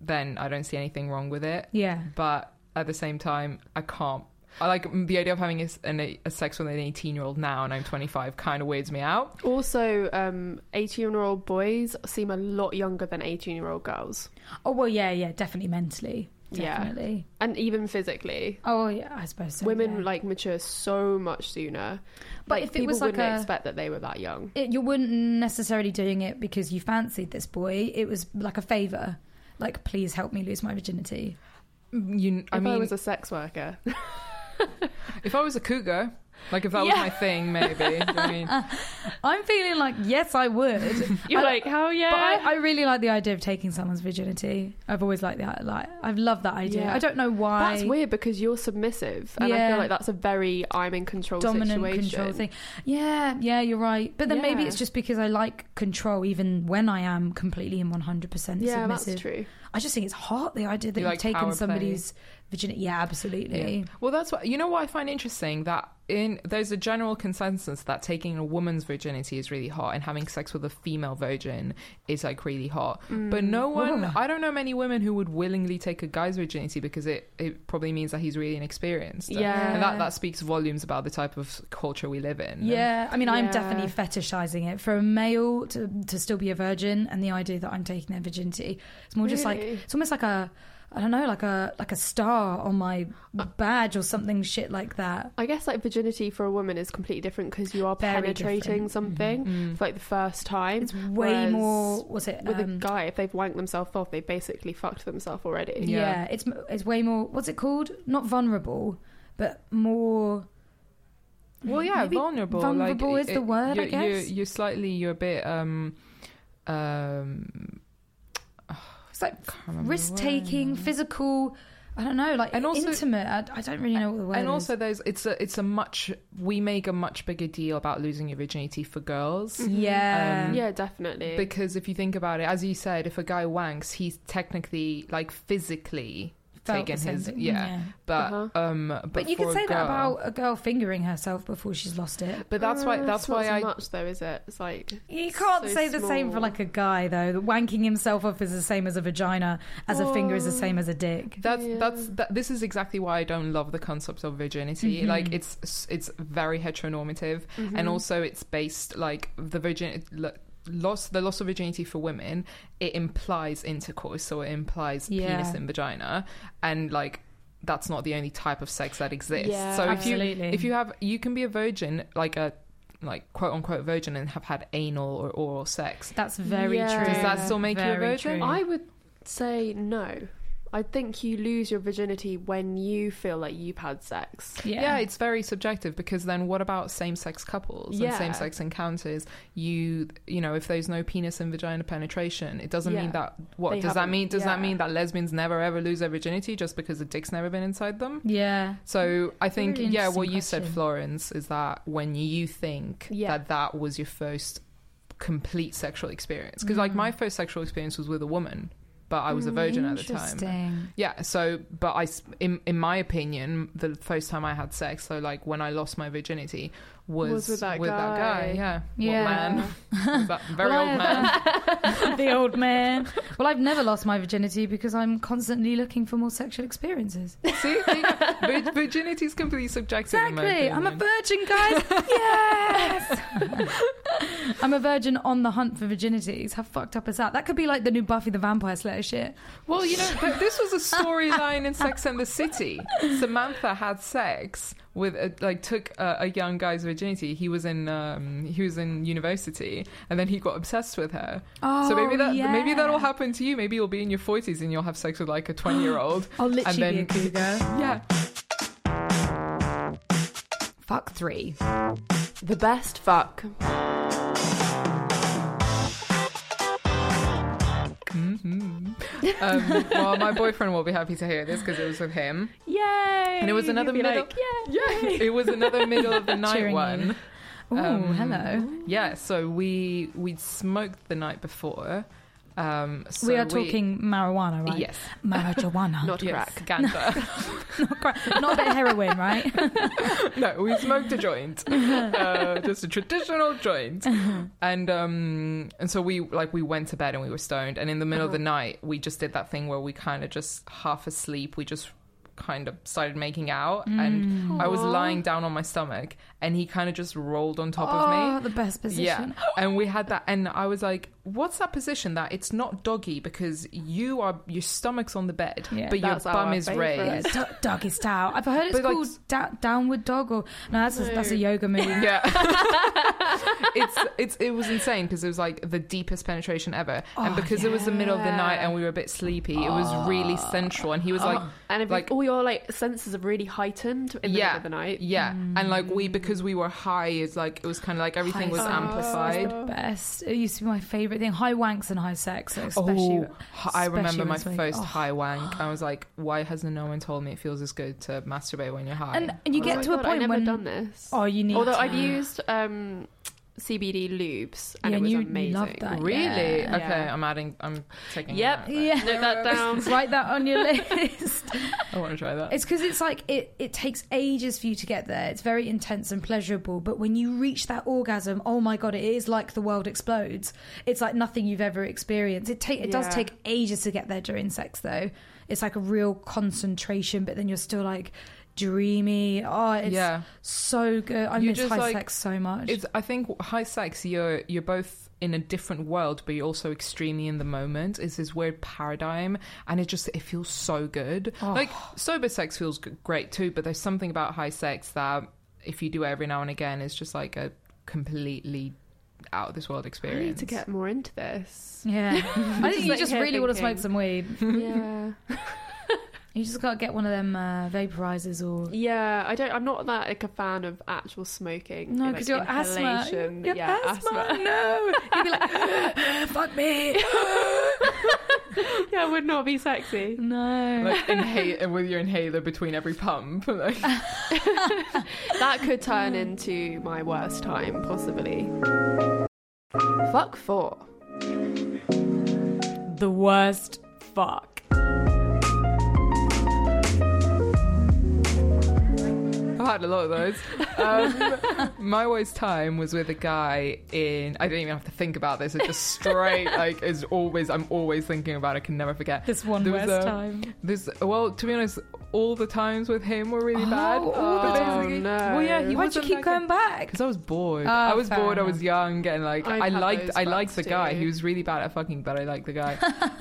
[SPEAKER 3] then i don't see anything wrong with it
[SPEAKER 2] yeah
[SPEAKER 3] but at the same time i can't I like mm, the idea of having a, s- an, a sex with an 18 year old now and I'm 25 kind of weirds me out.
[SPEAKER 1] Also, um, 18 year old boys seem a lot younger than 18 year old girls.
[SPEAKER 2] Oh well, yeah, yeah, definitely mentally,
[SPEAKER 1] Yeah.
[SPEAKER 2] definitely.
[SPEAKER 1] And even physically.
[SPEAKER 2] Oh yeah, I suppose so.
[SPEAKER 1] Women
[SPEAKER 2] yeah.
[SPEAKER 1] like mature so much sooner.
[SPEAKER 2] But
[SPEAKER 1] Like,
[SPEAKER 2] if it
[SPEAKER 1] people
[SPEAKER 2] was like
[SPEAKER 1] wouldn't
[SPEAKER 2] a-
[SPEAKER 1] expect that they were that young.
[SPEAKER 2] it, you weren't necessarily doing it because you fancied this boy. It was like a favor, like please help me lose my virginity.
[SPEAKER 3] Mm, You,
[SPEAKER 1] If
[SPEAKER 3] I
[SPEAKER 1] I,
[SPEAKER 3] mean,
[SPEAKER 1] was a sex worker,
[SPEAKER 3] if I was a cougar, like if that was
[SPEAKER 1] Yeah.
[SPEAKER 3] my thing, maybe. Do you know what I mean?
[SPEAKER 2] I'm feeling like yes, I would.
[SPEAKER 1] you're
[SPEAKER 2] I-
[SPEAKER 1] like, hell yeah.
[SPEAKER 2] But I, I really like the idea of taking someone's virginity. I've always liked that. Like I've loved that idea.
[SPEAKER 1] Yeah.
[SPEAKER 2] I don't know why.
[SPEAKER 1] That's weird because you're submissive, and I
[SPEAKER 2] Yeah.
[SPEAKER 1] feel like that's a very I'm in control
[SPEAKER 2] Dominant
[SPEAKER 1] situation.
[SPEAKER 2] control thing. Yeah, yeah, you're right. But then maybe
[SPEAKER 1] Yeah.
[SPEAKER 2] it's just because I like control, even when I am completely and 100 percent
[SPEAKER 1] Yeah,
[SPEAKER 2] submissive.
[SPEAKER 1] that's true.
[SPEAKER 2] I just think it's hot the idea that
[SPEAKER 3] You
[SPEAKER 2] you've
[SPEAKER 3] like power
[SPEAKER 2] taken
[SPEAKER 3] play.
[SPEAKER 2] somebody's virginity. Yeah, absolutely.
[SPEAKER 3] Yeah. Well, that's what you know. What I find interesting that in there's a general consensus that taking a woman's virginity is really hot, and having sex with a female virgin is like really hot.
[SPEAKER 1] Mm.
[SPEAKER 3] But no one,
[SPEAKER 2] Ugh.
[SPEAKER 3] I don't know many women who would willingly take a guy's virginity because it it probably means that he's really inexperienced.
[SPEAKER 1] Yeah.
[SPEAKER 3] and that that speaks volumes about the type of culture we live in.
[SPEAKER 2] Yeah, I mean, I'm
[SPEAKER 1] Yeah.
[SPEAKER 2] definitely fetishizing it for a male to, to still be a virgin, and the idea that I'm taking their virginity. It's more just like
[SPEAKER 1] Really?
[SPEAKER 2] it's almost like a I don't know, like a like a star on my
[SPEAKER 3] Uh.
[SPEAKER 2] badge or something shit like that.
[SPEAKER 1] I guess like virginity for a woman is completely different because you are
[SPEAKER 2] Very
[SPEAKER 1] penetrating
[SPEAKER 2] different.
[SPEAKER 1] something
[SPEAKER 3] Mm-hmm. Mm.
[SPEAKER 1] for like the first time.
[SPEAKER 2] It's way
[SPEAKER 1] whereas
[SPEAKER 2] more. Was it
[SPEAKER 1] With a
[SPEAKER 2] um,
[SPEAKER 1] guy, if they've wanked themselves off, they basically fucked themselves already.
[SPEAKER 2] Yeah. it's it's way more. What's it called? Not vulnerable, but more.
[SPEAKER 3] Well, yeah,
[SPEAKER 2] Maybe
[SPEAKER 3] vulnerable.
[SPEAKER 2] vulnerable
[SPEAKER 3] like,
[SPEAKER 2] is the word, I
[SPEAKER 3] You're, you're-
[SPEAKER 2] guess.
[SPEAKER 3] You're, slightly, you're a bit. um um
[SPEAKER 2] It's like
[SPEAKER 3] can't remember the
[SPEAKER 2] risk
[SPEAKER 3] word.
[SPEAKER 2] taking, physical. I don't know, like
[SPEAKER 3] And also-
[SPEAKER 2] intimate. I, I don't really know what the word
[SPEAKER 3] and
[SPEAKER 2] is.
[SPEAKER 3] also there's it's a it's a much we make a much bigger deal about losing your virginity for girls
[SPEAKER 2] yeah,
[SPEAKER 3] Um,
[SPEAKER 1] Yeah, definitely.
[SPEAKER 3] because if you think about it as you said if a guy wanks he's technically like physically
[SPEAKER 2] Felt the
[SPEAKER 3] taken
[SPEAKER 2] same
[SPEAKER 3] his
[SPEAKER 2] thing,
[SPEAKER 3] yeah, but
[SPEAKER 1] Uh-huh.
[SPEAKER 3] um but,
[SPEAKER 2] But you
[SPEAKER 3] for
[SPEAKER 2] could
[SPEAKER 3] a
[SPEAKER 2] say that
[SPEAKER 3] girl-
[SPEAKER 2] about a girl fingering herself before she's lost it.
[SPEAKER 3] but that's why
[SPEAKER 1] Uh,
[SPEAKER 3] that's
[SPEAKER 1] it's not
[SPEAKER 3] why
[SPEAKER 1] so
[SPEAKER 3] i
[SPEAKER 1] much though, is it? It's like
[SPEAKER 2] You can't
[SPEAKER 1] So
[SPEAKER 2] say the same for
[SPEAKER 1] small.
[SPEAKER 2] like a guy though. The wanking himself off is the same as a vagina, as a finger is the same as a dick.
[SPEAKER 3] that's
[SPEAKER 1] Yeah.
[SPEAKER 3] that's that, this is exactly why I don't love the concept of virginity.
[SPEAKER 2] Mhm.
[SPEAKER 3] Like it's it's very heteronormative,
[SPEAKER 1] Mm-hmm.
[SPEAKER 3] and also it's based like the virgin lo- loss the loss of virginity for women. It implies intercourse, so it implies penis
[SPEAKER 2] Yeah.
[SPEAKER 3] and vagina, and like that's not the only type of sex that exists.
[SPEAKER 1] Yeah.
[SPEAKER 3] so if
[SPEAKER 2] Absolutely.
[SPEAKER 3] you if you have you can be a virgin like a like quote unquote virgin and have had anal or oral sex.
[SPEAKER 2] That's very
[SPEAKER 1] Yeah.
[SPEAKER 2] true.
[SPEAKER 1] Does that
[SPEAKER 3] still make you a
[SPEAKER 2] Very
[SPEAKER 3] virgin?
[SPEAKER 2] true.
[SPEAKER 1] I would say no. I think you lose your virginity when you feel like you've had sex.
[SPEAKER 2] yeah.
[SPEAKER 3] Yeah. it's very subjective because then what about same-sex couples and
[SPEAKER 1] Yeah.
[SPEAKER 3] same-sex encounters? You you know, if there's no penis and vagina penetration, it doesn't mean
[SPEAKER 1] Yeah.
[SPEAKER 3] that what
[SPEAKER 1] They
[SPEAKER 3] does that
[SPEAKER 1] haven't-
[SPEAKER 3] mean? Does that
[SPEAKER 1] yeah.
[SPEAKER 3] mean that lesbians never ever lose their virginity just because the dick's never been inside them?
[SPEAKER 2] yeah.
[SPEAKER 1] Hmm.
[SPEAKER 3] So I think
[SPEAKER 2] Really
[SPEAKER 3] yeah, what
[SPEAKER 2] interesting
[SPEAKER 3] you said,
[SPEAKER 2] question.
[SPEAKER 3] Florence, is that when you think
[SPEAKER 1] Yeah.
[SPEAKER 3] that that was your first complete sexual experience, because
[SPEAKER 1] Hmm.
[SPEAKER 3] like my first sexual experience was with a woman, but I was a virgin at the time.
[SPEAKER 2] Interesting.
[SPEAKER 3] Yeah, so but I s- in in my opinion, the first time I had sex, so like when I lost my virginity was,
[SPEAKER 1] Was with that guy.
[SPEAKER 3] yeah.
[SPEAKER 2] Yeah.
[SPEAKER 3] Old man. Was that very
[SPEAKER 2] Well,
[SPEAKER 3] old
[SPEAKER 2] I-
[SPEAKER 3] man.
[SPEAKER 2] the old man. Well, I've never lost my virginity because I'm constantly looking for more sexual experiences.
[SPEAKER 3] See, there you go. Vir- virginity is completely subjective. in my
[SPEAKER 2] Exactly. I'm a
[SPEAKER 3] opinion.
[SPEAKER 2] virgin, guys. yes. I'm a virgin on the hunt for virginities. How fucked up is that? That could be like the new Buffy the Vampire Slayer shit.
[SPEAKER 3] Well, you know, th- this was a storyline in Sex and the City. Samantha had sex with a, like took a, a young guy's virginity. He was in um, he was in university, and then he got obsessed with her. so maybe
[SPEAKER 2] Oh,
[SPEAKER 3] that maybe
[SPEAKER 2] yeah.
[SPEAKER 3] that'll happen to you. Maybe you'll be in your forties and you'll have sex with like a twenty year old.
[SPEAKER 2] I'll
[SPEAKER 3] and
[SPEAKER 2] literally be
[SPEAKER 3] then
[SPEAKER 2] a cougar.
[SPEAKER 3] yeah,
[SPEAKER 2] Fuck three.
[SPEAKER 4] The best fuck.
[SPEAKER 3] um, well, my boyfriend will be happy to hear this because it was with him.
[SPEAKER 1] Yay!
[SPEAKER 3] And it was another
[SPEAKER 1] You'd be
[SPEAKER 3] middle-
[SPEAKER 1] Like, yeah, yeah.
[SPEAKER 3] It was another middle of the night
[SPEAKER 2] Cheering you.
[SPEAKER 3] one.
[SPEAKER 2] Ooh,
[SPEAKER 3] Um,
[SPEAKER 2] hello.
[SPEAKER 3] Yeah, so we we'd smoked the night before. Um, so
[SPEAKER 2] we are talking marijuana, right?
[SPEAKER 3] Yes.
[SPEAKER 2] Marijuana.
[SPEAKER 1] Not
[SPEAKER 3] Yes,
[SPEAKER 1] crack.
[SPEAKER 3] ganja.
[SPEAKER 2] not, cra- not a bit of heroin, right?
[SPEAKER 3] no, we smoked a joint, uh, just a traditional joint. And um, and so we like we went to bed
[SPEAKER 1] Uh-huh.
[SPEAKER 3] and we were stoned. And in the middle of the night, we just did that thing where we kind of just half asleep, we just kind of started making out,
[SPEAKER 2] Mm.
[SPEAKER 3] and I was
[SPEAKER 1] Aw.
[SPEAKER 3] lying down on my stomach, and he kind of just rolled on top
[SPEAKER 2] oh,
[SPEAKER 3] of me.
[SPEAKER 2] the best position.
[SPEAKER 1] Oh.
[SPEAKER 3] Yeah. And we had that and I was like, what's that position that it's not doggy because you are your stomach's on the bed,
[SPEAKER 2] Yeah,
[SPEAKER 3] but your
[SPEAKER 1] that's our
[SPEAKER 3] bum is
[SPEAKER 1] favourite.
[SPEAKER 3] raised.
[SPEAKER 2] Yeah, do- doggy style. I've heard it's
[SPEAKER 3] But, like,
[SPEAKER 2] called da- downward dog or no, that's a, that's a yoga move.
[SPEAKER 3] Yeah. it's it's it was insane because it was like the deepest penetration ever. and
[SPEAKER 2] Oh,
[SPEAKER 3] because it was the middle of the night
[SPEAKER 1] yeah.
[SPEAKER 3] and we were a bit sleepy, it was really
[SPEAKER 2] Ah.
[SPEAKER 3] sensual and he was like
[SPEAKER 1] And if
[SPEAKER 3] Like-
[SPEAKER 1] all your like senses are really heightened in the
[SPEAKER 3] yeah,
[SPEAKER 1] middle of the night.
[SPEAKER 3] yeah, and like we
[SPEAKER 2] Mm.
[SPEAKER 3] because we were high, it's like it was kind of like everything was
[SPEAKER 2] sex
[SPEAKER 3] amplified.
[SPEAKER 2] Was the best. It used to be my favorite thing. High wanks and high sex, especially.
[SPEAKER 3] Oh, hi- I remember
[SPEAKER 2] especially
[SPEAKER 3] my
[SPEAKER 2] when it's
[SPEAKER 3] first
[SPEAKER 2] like, oh.
[SPEAKER 3] high wank. I was like, why hasn't no one told me it feels as good to masturbate when you're high?
[SPEAKER 2] And, and you
[SPEAKER 1] Oh
[SPEAKER 2] get
[SPEAKER 1] my
[SPEAKER 2] to a
[SPEAKER 1] God,
[SPEAKER 2] point
[SPEAKER 1] I never
[SPEAKER 2] when
[SPEAKER 1] done this.
[SPEAKER 2] oh, you need.
[SPEAKER 1] Although
[SPEAKER 2] to.
[SPEAKER 1] I've used um, CBD lubes and
[SPEAKER 2] Yeah,
[SPEAKER 1] it was
[SPEAKER 2] you- you
[SPEAKER 1] amazing.
[SPEAKER 2] love that.
[SPEAKER 3] really
[SPEAKER 2] uh, Yeah.
[SPEAKER 3] okay.
[SPEAKER 1] Yeah.
[SPEAKER 3] I'm adding. I'm taking.
[SPEAKER 1] Yep.
[SPEAKER 3] It out, but
[SPEAKER 2] yeah,
[SPEAKER 1] Note that down.
[SPEAKER 2] Write that on your list.
[SPEAKER 3] I want to try that.
[SPEAKER 2] It's because it's like it, it takes ages for you to get there. It's very intense and pleasurable. But when you reach that orgasm, oh my God, it is like the world explodes. It's like nothing you've ever experienced. It, take, it does
[SPEAKER 1] Yeah.
[SPEAKER 2] take ages to get there during sex, though. It's like a real concentration, but then you're still like dreamy. Oh, it's
[SPEAKER 3] yeah.
[SPEAKER 2] so good. I
[SPEAKER 3] You
[SPEAKER 2] miss
[SPEAKER 3] just,
[SPEAKER 2] high
[SPEAKER 3] like-
[SPEAKER 2] sex so much.
[SPEAKER 3] It's. I think high sex. You're you're both in a different world, but you're also extremely in the moment. It's this weird paradigm, and it just it feels so good.
[SPEAKER 2] Oh.
[SPEAKER 3] Like sober sex feels g- great too, but there's something about high sex that if you do it every now and again, it's just like a completely out of this world
[SPEAKER 1] I
[SPEAKER 3] experience.
[SPEAKER 1] need to get more into this.
[SPEAKER 2] yeah. I think you
[SPEAKER 1] like
[SPEAKER 2] just
[SPEAKER 1] hair
[SPEAKER 2] really want to smoke
[SPEAKER 1] thinking.
[SPEAKER 2] some weed.
[SPEAKER 1] yeah.
[SPEAKER 2] You just got to get one of them uh, vaporizers or.
[SPEAKER 1] Yeah, I don't. I'm not that like a fan of actual smoking.
[SPEAKER 2] No,
[SPEAKER 1] like,
[SPEAKER 2] because your asthma.
[SPEAKER 1] inhalation.
[SPEAKER 2] Your
[SPEAKER 1] yeah,
[SPEAKER 2] asthma. No. You'd be like, fuck me.
[SPEAKER 1] yeah, it would not be sexy.
[SPEAKER 2] No.
[SPEAKER 3] like inhale with your inhaler between every pump. Like,
[SPEAKER 1] That could turn into my worst time, possibly. Fuck four.
[SPEAKER 5] The worst fuck.
[SPEAKER 3] I've had a lot of those. Um, my worst time was with a guy in. I didn't even have to think about this. It just straight like is always. I'm always thinking about. it, I can never forget
[SPEAKER 2] this one
[SPEAKER 3] There was
[SPEAKER 2] worst
[SPEAKER 3] a-
[SPEAKER 2] time.
[SPEAKER 3] this. Well, to be honest, all the times with him were really
[SPEAKER 2] Oh,
[SPEAKER 3] bad. Um,
[SPEAKER 2] all the
[SPEAKER 3] But
[SPEAKER 2] times.
[SPEAKER 3] basically-
[SPEAKER 1] no.
[SPEAKER 3] Well, yeah, he
[SPEAKER 2] Why'd you
[SPEAKER 3] wasn't
[SPEAKER 2] keep
[SPEAKER 3] that
[SPEAKER 2] going back?
[SPEAKER 3] Because I was bored.
[SPEAKER 2] Oh,
[SPEAKER 1] Ah,
[SPEAKER 3] I was
[SPEAKER 2] fair
[SPEAKER 3] bored. I was
[SPEAKER 2] enough.
[SPEAKER 3] young, and like
[SPEAKER 1] I've
[SPEAKER 3] I
[SPEAKER 1] had
[SPEAKER 3] liked,
[SPEAKER 1] those
[SPEAKER 3] I liked the
[SPEAKER 1] spats
[SPEAKER 3] guy. He
[SPEAKER 1] too.
[SPEAKER 3] was really bad at fucking, but I liked the guy.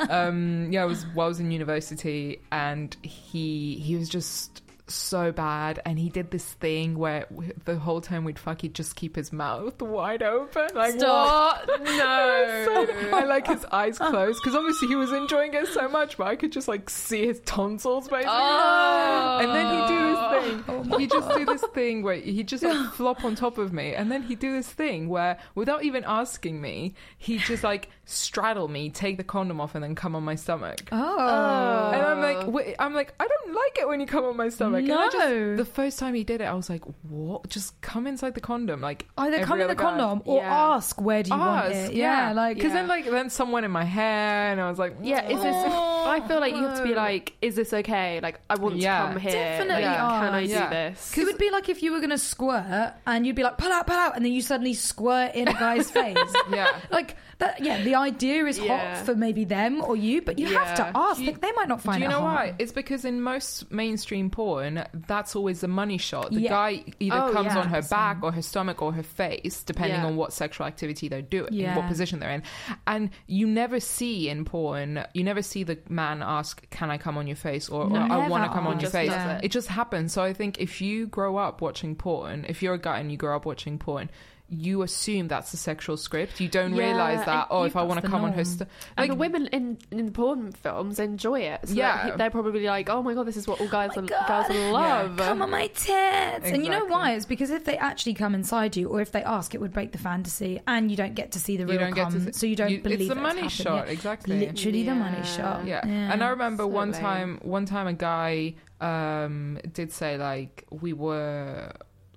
[SPEAKER 3] um, yeah, I was while I was in university, and he he was just so bad, and he did this thing where w- the whole time we'd fuck, he'd just keep his mouth wide open, like
[SPEAKER 1] Stop.
[SPEAKER 3] what? No, I like his eyes closed because obviously he was enjoying it so much, but I could just like see his tonsils basically.
[SPEAKER 1] Oh.
[SPEAKER 3] And then he'd do this thing he just do this thing where he just like flop on top of me, and then he do this thing where, without even asking me, he just like straddle me, take the condom off, and then come on my stomach.
[SPEAKER 2] Oh.
[SPEAKER 3] And I'm like, wait, I'm like, I don't like it when you come on my stomach. And I just-
[SPEAKER 2] No.
[SPEAKER 3] the first time he did it, I was like, what? Just come inside the condom, like
[SPEAKER 2] Either come
[SPEAKER 3] every
[SPEAKER 2] in the
[SPEAKER 3] other guy.
[SPEAKER 2] condom or
[SPEAKER 1] Yeah.
[SPEAKER 2] ask where do you want
[SPEAKER 3] Ask,
[SPEAKER 2] it. Yeah, like
[SPEAKER 3] because then
[SPEAKER 1] yeah.
[SPEAKER 3] like then someone in my hair, and I was like,
[SPEAKER 1] Yeah, is this?
[SPEAKER 3] "Oh,
[SPEAKER 1] I feel like you have to be
[SPEAKER 3] no."
[SPEAKER 1] like, is this okay? Like, I want
[SPEAKER 3] Yeah.
[SPEAKER 1] to come here.
[SPEAKER 2] Definitely
[SPEAKER 1] Like, Can I
[SPEAKER 2] ask.
[SPEAKER 1] do
[SPEAKER 3] Yeah.
[SPEAKER 1] this?
[SPEAKER 2] it would be like if you were gonna squirt and you'd be like pull out, pull out, and then you suddenly squirt in a guy's face.
[SPEAKER 3] yeah.
[SPEAKER 2] Like that, yeah. The idea is
[SPEAKER 1] Yeah.
[SPEAKER 2] hot for maybe them or you, but you have
[SPEAKER 1] Yeah.
[SPEAKER 2] to ask.
[SPEAKER 3] Do you-
[SPEAKER 2] Like, they might not find
[SPEAKER 3] Do you
[SPEAKER 2] it
[SPEAKER 3] know
[SPEAKER 2] hot.
[SPEAKER 3] why? It's because in most mainstream porn, that's always the money shot. The
[SPEAKER 2] Yeah.
[SPEAKER 3] guy either
[SPEAKER 1] Oh,
[SPEAKER 3] comes
[SPEAKER 1] yeah.
[SPEAKER 3] on her back or her stomach or her face, depending
[SPEAKER 1] Yeah.
[SPEAKER 3] on what sexual activity they're doing,
[SPEAKER 2] Yeah.
[SPEAKER 3] what position they're in. And you never see in porn, you never see the man ask, "Can I come on your face?" or, or
[SPEAKER 2] No.
[SPEAKER 3] "I want to
[SPEAKER 2] Never
[SPEAKER 3] come on your
[SPEAKER 1] Just
[SPEAKER 3] face."
[SPEAKER 1] does it.
[SPEAKER 3] It just happens. So I think if you grow up watching porn, if you're a guy and you grow up watching porn. You assume that's the sexual script. You don't
[SPEAKER 1] Yeah,
[SPEAKER 3] realize that.
[SPEAKER 1] and
[SPEAKER 3] Oh,
[SPEAKER 2] you-
[SPEAKER 3] if I
[SPEAKER 2] that's
[SPEAKER 3] want to
[SPEAKER 2] the
[SPEAKER 3] come on her,
[SPEAKER 2] norm.
[SPEAKER 3] st-
[SPEAKER 1] and the women in, in porn films enjoy it. So
[SPEAKER 3] Yeah.
[SPEAKER 1] yeah. they're probably like, oh my god, this is what all guys
[SPEAKER 2] my
[SPEAKER 1] are,
[SPEAKER 2] God.
[SPEAKER 1] girls love.
[SPEAKER 2] Come on my tits. And you know
[SPEAKER 3] Exactly.
[SPEAKER 2] why? It's because if they actually come inside you, or if they ask, it would break the fantasy, and you don't get to see the
[SPEAKER 3] You
[SPEAKER 2] real
[SPEAKER 3] don't get to
[SPEAKER 2] cum,
[SPEAKER 3] see-
[SPEAKER 2] so you don't
[SPEAKER 3] you-
[SPEAKER 2] believe
[SPEAKER 3] it's the
[SPEAKER 2] it's
[SPEAKER 3] money
[SPEAKER 2] happened.
[SPEAKER 3] shot.
[SPEAKER 2] Yeah.
[SPEAKER 3] Exactly.
[SPEAKER 2] Literally the money
[SPEAKER 1] Yeah.
[SPEAKER 2] shot.
[SPEAKER 3] yeah. and i remember
[SPEAKER 1] So
[SPEAKER 3] one
[SPEAKER 1] lame.
[SPEAKER 3] time one time a guy um did say like we were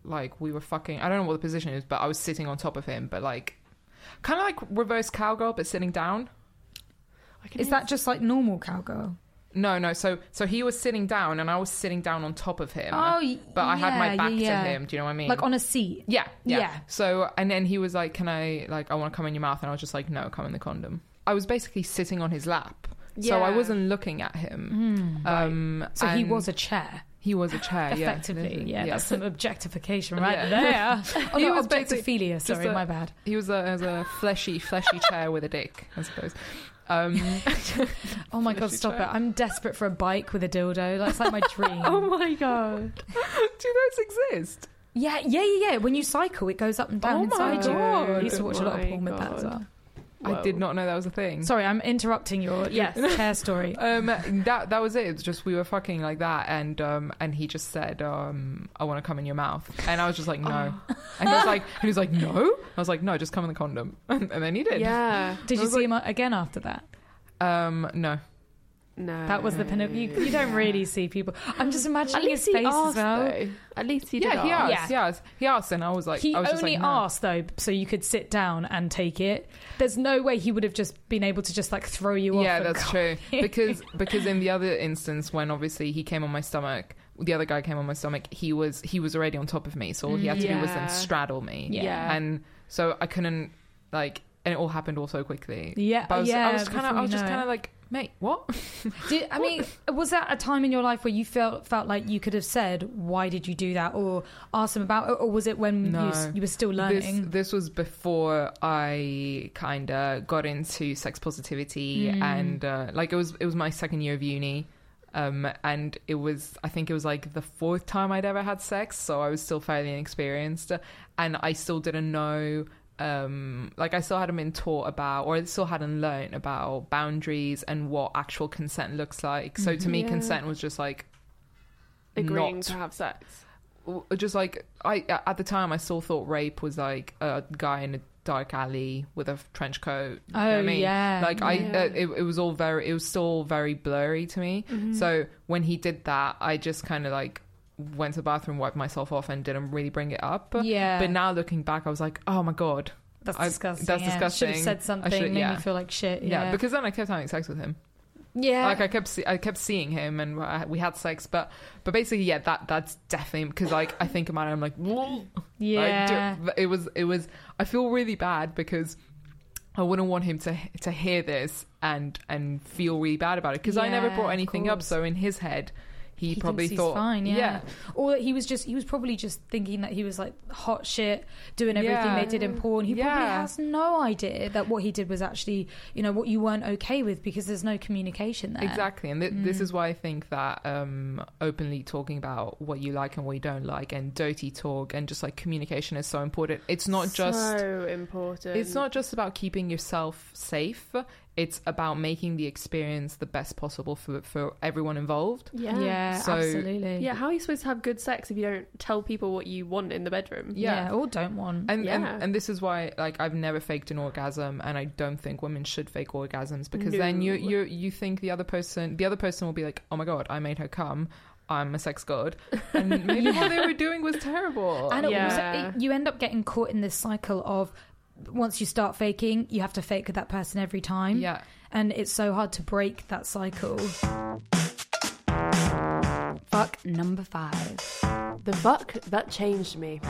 [SPEAKER 3] like we were fucking i don't know what the position is but i was sitting on top of him but like kind of like reverse cowgirl but sitting down
[SPEAKER 1] I can
[SPEAKER 2] Is
[SPEAKER 1] hear-
[SPEAKER 2] that just like normal cowgirl?
[SPEAKER 3] no no so so he was sitting down and i was sitting down on top of him
[SPEAKER 2] y-
[SPEAKER 3] but i had my
[SPEAKER 2] Oh, yeah,
[SPEAKER 3] back
[SPEAKER 2] yeah.
[SPEAKER 3] to him do you know what i mean
[SPEAKER 2] like on a seat.
[SPEAKER 3] yeah, yeah
[SPEAKER 2] Yeah.
[SPEAKER 3] so and then he was like can i like i want to come in your mouth and i was just like no come in the condom i was basically sitting on his lap So I
[SPEAKER 1] Yeah.
[SPEAKER 3] wasn't looking at him.
[SPEAKER 2] Mm.
[SPEAKER 3] Um,
[SPEAKER 2] so he
[SPEAKER 3] and
[SPEAKER 2] was a chair,
[SPEAKER 3] he was a chair, Uh, yeah.
[SPEAKER 2] effectively. Yeah, that's some objectification right
[SPEAKER 3] Yeah.
[SPEAKER 2] there.
[SPEAKER 3] He
[SPEAKER 2] oh, no,
[SPEAKER 3] was basically
[SPEAKER 2] objectophilia. Sorry,
[SPEAKER 3] a-
[SPEAKER 2] my bad.
[SPEAKER 3] He was a, as a fleshy, fleshy chair with a dick, I suppose. Um,
[SPEAKER 2] Oh my god,
[SPEAKER 3] fleshy
[SPEAKER 2] stop
[SPEAKER 3] chair.
[SPEAKER 2] it! I'm desperate for a bike with a dildo. That's like my dream.
[SPEAKER 1] Oh my god.
[SPEAKER 3] do those exist?
[SPEAKER 2] Yeah, yeah, yeah, yeah. When you cycle, it goes up and down
[SPEAKER 3] Oh my
[SPEAKER 2] inside you.
[SPEAKER 3] God. Oh
[SPEAKER 2] I used to watch a lot
[SPEAKER 1] My
[SPEAKER 2] of porn with that as well.
[SPEAKER 1] God.
[SPEAKER 3] I did not know that was a thing.
[SPEAKER 2] Sorry, I'm interrupting your yes.
[SPEAKER 4] Yes.
[SPEAKER 2] chair story.
[SPEAKER 3] Um, that that was it. It was just we were fucking like that, and um, and he just said, um, "I want to come in your mouth," and I was just like, "No," and he was like, "He was like, no," I was like, "No, just come in the condom," and then he did.
[SPEAKER 1] Yeah.
[SPEAKER 2] Did
[SPEAKER 3] I
[SPEAKER 2] you
[SPEAKER 3] was
[SPEAKER 2] see him again after that?
[SPEAKER 3] Um, no.
[SPEAKER 1] No.
[SPEAKER 2] That was the pinnacle. You, you don't really see people. I'm just imagining his face as well.
[SPEAKER 1] though. At least he did
[SPEAKER 3] yeah, he
[SPEAKER 1] ask.
[SPEAKER 3] asked. He asked. He asked, and I was like,
[SPEAKER 2] he
[SPEAKER 3] I was just
[SPEAKER 2] only
[SPEAKER 3] like, no.
[SPEAKER 2] asked though, so you could sit down and take it. There's no way he would have just been able to just like throw you off.
[SPEAKER 3] yeah,
[SPEAKER 2] and
[SPEAKER 3] that's
[SPEAKER 2] go-
[SPEAKER 3] true. Because because in the other instance, when obviously he came on my stomach, the other guy came on my stomach. He was he was already on top of me, so all he had to do was
[SPEAKER 1] Yeah.
[SPEAKER 3] then straddle me.
[SPEAKER 2] Yeah.
[SPEAKER 1] Yeah.
[SPEAKER 3] and so I couldn't like, and it all happened all so quickly.
[SPEAKER 2] Yeah,
[SPEAKER 3] But I was,
[SPEAKER 2] yeah.
[SPEAKER 3] I was kind of, I was just kind of like, mate, what?
[SPEAKER 2] of. Did, I mean, was that a time in your life where you felt felt like you could have said, "Why did you do that?" or asked him about, it, or was it when you, s-
[SPEAKER 3] No.
[SPEAKER 2] you were still
[SPEAKER 3] This,
[SPEAKER 2] learning?
[SPEAKER 3] this was before I kind of got into sex positivity
[SPEAKER 1] Hmm.
[SPEAKER 2] Mm.
[SPEAKER 3] and uh, like it was it was my second year of uni. Um, and it was, I think it was like the fourth time I'd ever had sex, so I was still fairly inexperienced, and I still didn't know, um, like I still hadn't been taught about, or I still hadn't learned about boundaries and what actual consent looks like. So to me,
[SPEAKER 1] Mm-hmm. Yeah.
[SPEAKER 3] consent was just like
[SPEAKER 1] Agreeing
[SPEAKER 3] not
[SPEAKER 1] to have sex.
[SPEAKER 3] w- just like I at the time I still thought rape was like a guy in a dark alley with a trench coat. You know what
[SPEAKER 2] oh
[SPEAKER 3] I mean?
[SPEAKER 2] yeah,
[SPEAKER 3] Like I,
[SPEAKER 1] Yeah.
[SPEAKER 3] uh, it, it was all very, it was still very blurry to me.
[SPEAKER 1] Mm-hmm.
[SPEAKER 2] Mm.
[SPEAKER 3] So when he did that, I just kind of like went to the bathroom, wiped myself off, and didn't really bring it up.
[SPEAKER 2] yeah.
[SPEAKER 3] But now looking back, I was like, oh my god,
[SPEAKER 2] that's
[SPEAKER 3] I-
[SPEAKER 2] disgusting.
[SPEAKER 3] that's
[SPEAKER 2] yeah. Should have
[SPEAKER 3] disgusting. I
[SPEAKER 2] said something.
[SPEAKER 3] should-
[SPEAKER 2] made
[SPEAKER 3] yeah.
[SPEAKER 2] me feel like shit.
[SPEAKER 3] yeah.
[SPEAKER 2] Yeah,
[SPEAKER 3] Because then I kept having sex with him.
[SPEAKER 2] yeah.
[SPEAKER 3] Like I kept, see, I kept seeing him, and I- we had sex. But, but basically, yeah, that that's definitely because like I think about it, I'm like, Whoa. Like, do-
[SPEAKER 2] yeah.
[SPEAKER 3] but it was. It was. I feel really bad because I wouldn't want him to to hear this and and feel really bad about it because I never
[SPEAKER 2] Yeah,
[SPEAKER 3] brought
[SPEAKER 2] of
[SPEAKER 3] anything up.
[SPEAKER 2] course.
[SPEAKER 3] So in his head, he,
[SPEAKER 2] He
[SPEAKER 3] probably
[SPEAKER 2] thinks he's
[SPEAKER 3] thought,
[SPEAKER 2] fine, yeah. Or that he was just he was probably just thinking that he was like hot shit doing everything
[SPEAKER 3] Yeah.
[SPEAKER 2] they did in porn. He probably
[SPEAKER 3] Yeah.
[SPEAKER 2] has no idea that what he did was actually, you know, what you weren't okay with because there's no communication there.
[SPEAKER 3] exactly. And th- this
[SPEAKER 2] Mm.
[SPEAKER 3] is why I think that um, openly talking about what you like and what you don't like, and dirty talk, and just like communication is so important. It's not just
[SPEAKER 1] so important.
[SPEAKER 3] It's not just about keeping yourself safe. It's about making the experience the best possible for for everyone involved.
[SPEAKER 1] Yeah.
[SPEAKER 2] Yeah,
[SPEAKER 3] So-
[SPEAKER 2] absolutely.
[SPEAKER 1] Yeah, How are you supposed to have good sex if you don't tell people what you want in the bedroom?
[SPEAKER 3] Yeah.
[SPEAKER 2] Yeah, or don't want.
[SPEAKER 3] And,
[SPEAKER 1] Yeah.
[SPEAKER 3] and and this is why like I've never faked an orgasm and I don't think women should fake orgasms because then you
[SPEAKER 1] No.
[SPEAKER 3] you you think the other person the other person will be like oh my god I made her come I'm a sex god and maybe what they were doing was terrible
[SPEAKER 2] And
[SPEAKER 1] Yeah.
[SPEAKER 2] also, it, you end up getting caught in this cycle of once you start faking, you have to fake with that person every time.
[SPEAKER 3] yeah
[SPEAKER 2] And it's so hard to break that cycle. Fuck number five.
[SPEAKER 4] The fuck that changed me.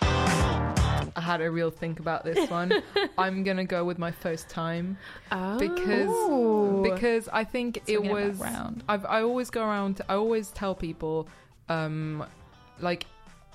[SPEAKER 3] I had a real think about this one I'm gonna go with my first time
[SPEAKER 1] Oh.
[SPEAKER 3] because
[SPEAKER 2] Ooh.
[SPEAKER 3] because I think it
[SPEAKER 2] Talking about
[SPEAKER 3] was
[SPEAKER 2] round.
[SPEAKER 3] I've I always go around. I always tell people, um, like.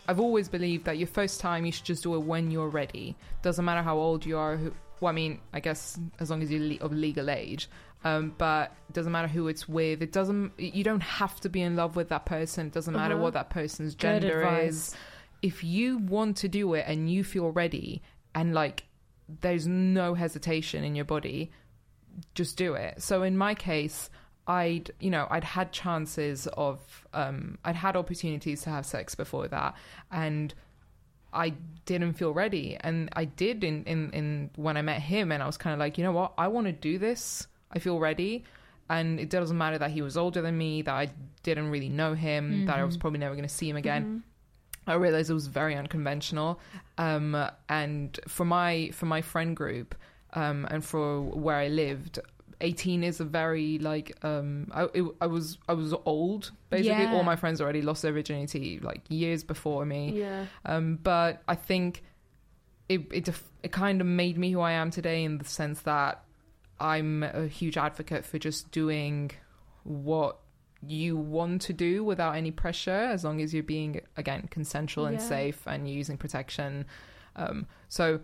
[SPEAKER 3] I've always believed that your first time you should just do it when you're ready. Doesn't matter how old you are. Who, well, I mean, I guess as long as you're le- of legal age. Um, but doesn't matter who it's with. It doesn't. You don't have to be in love with that person. It doesn't matter
[SPEAKER 1] Uh-huh.
[SPEAKER 3] what that person's
[SPEAKER 2] Good
[SPEAKER 3] gender is
[SPEAKER 2] advice.
[SPEAKER 3] if you want to do it and you feel ready and like there's no hesitation in your body just do it so in my case i'd you know i'd had chances of um i'd had opportunities to have sex before that and i didn't feel ready and i did in in, in when i met him and i was kind of like you know what i want to do this i feel ready and it doesn't matter that he was older than me that i didn't really know him that i was probably never going to see him again I realized it was very unconventional, um, and for my for my friend group um, and for where I lived, eighteen is a very like um, I, it- I was I was old basically.
[SPEAKER 2] Yeah.
[SPEAKER 3] All my friends already lost their virginity like years before me,
[SPEAKER 1] Yeah.
[SPEAKER 3] um, but I think it it, def- it kind of made me who I am today in the sense that I'm a huge advocate for just doing what you want to do without any pressure as long as you're being again consensual and
[SPEAKER 1] Yeah.
[SPEAKER 3] safe and you're using protection um so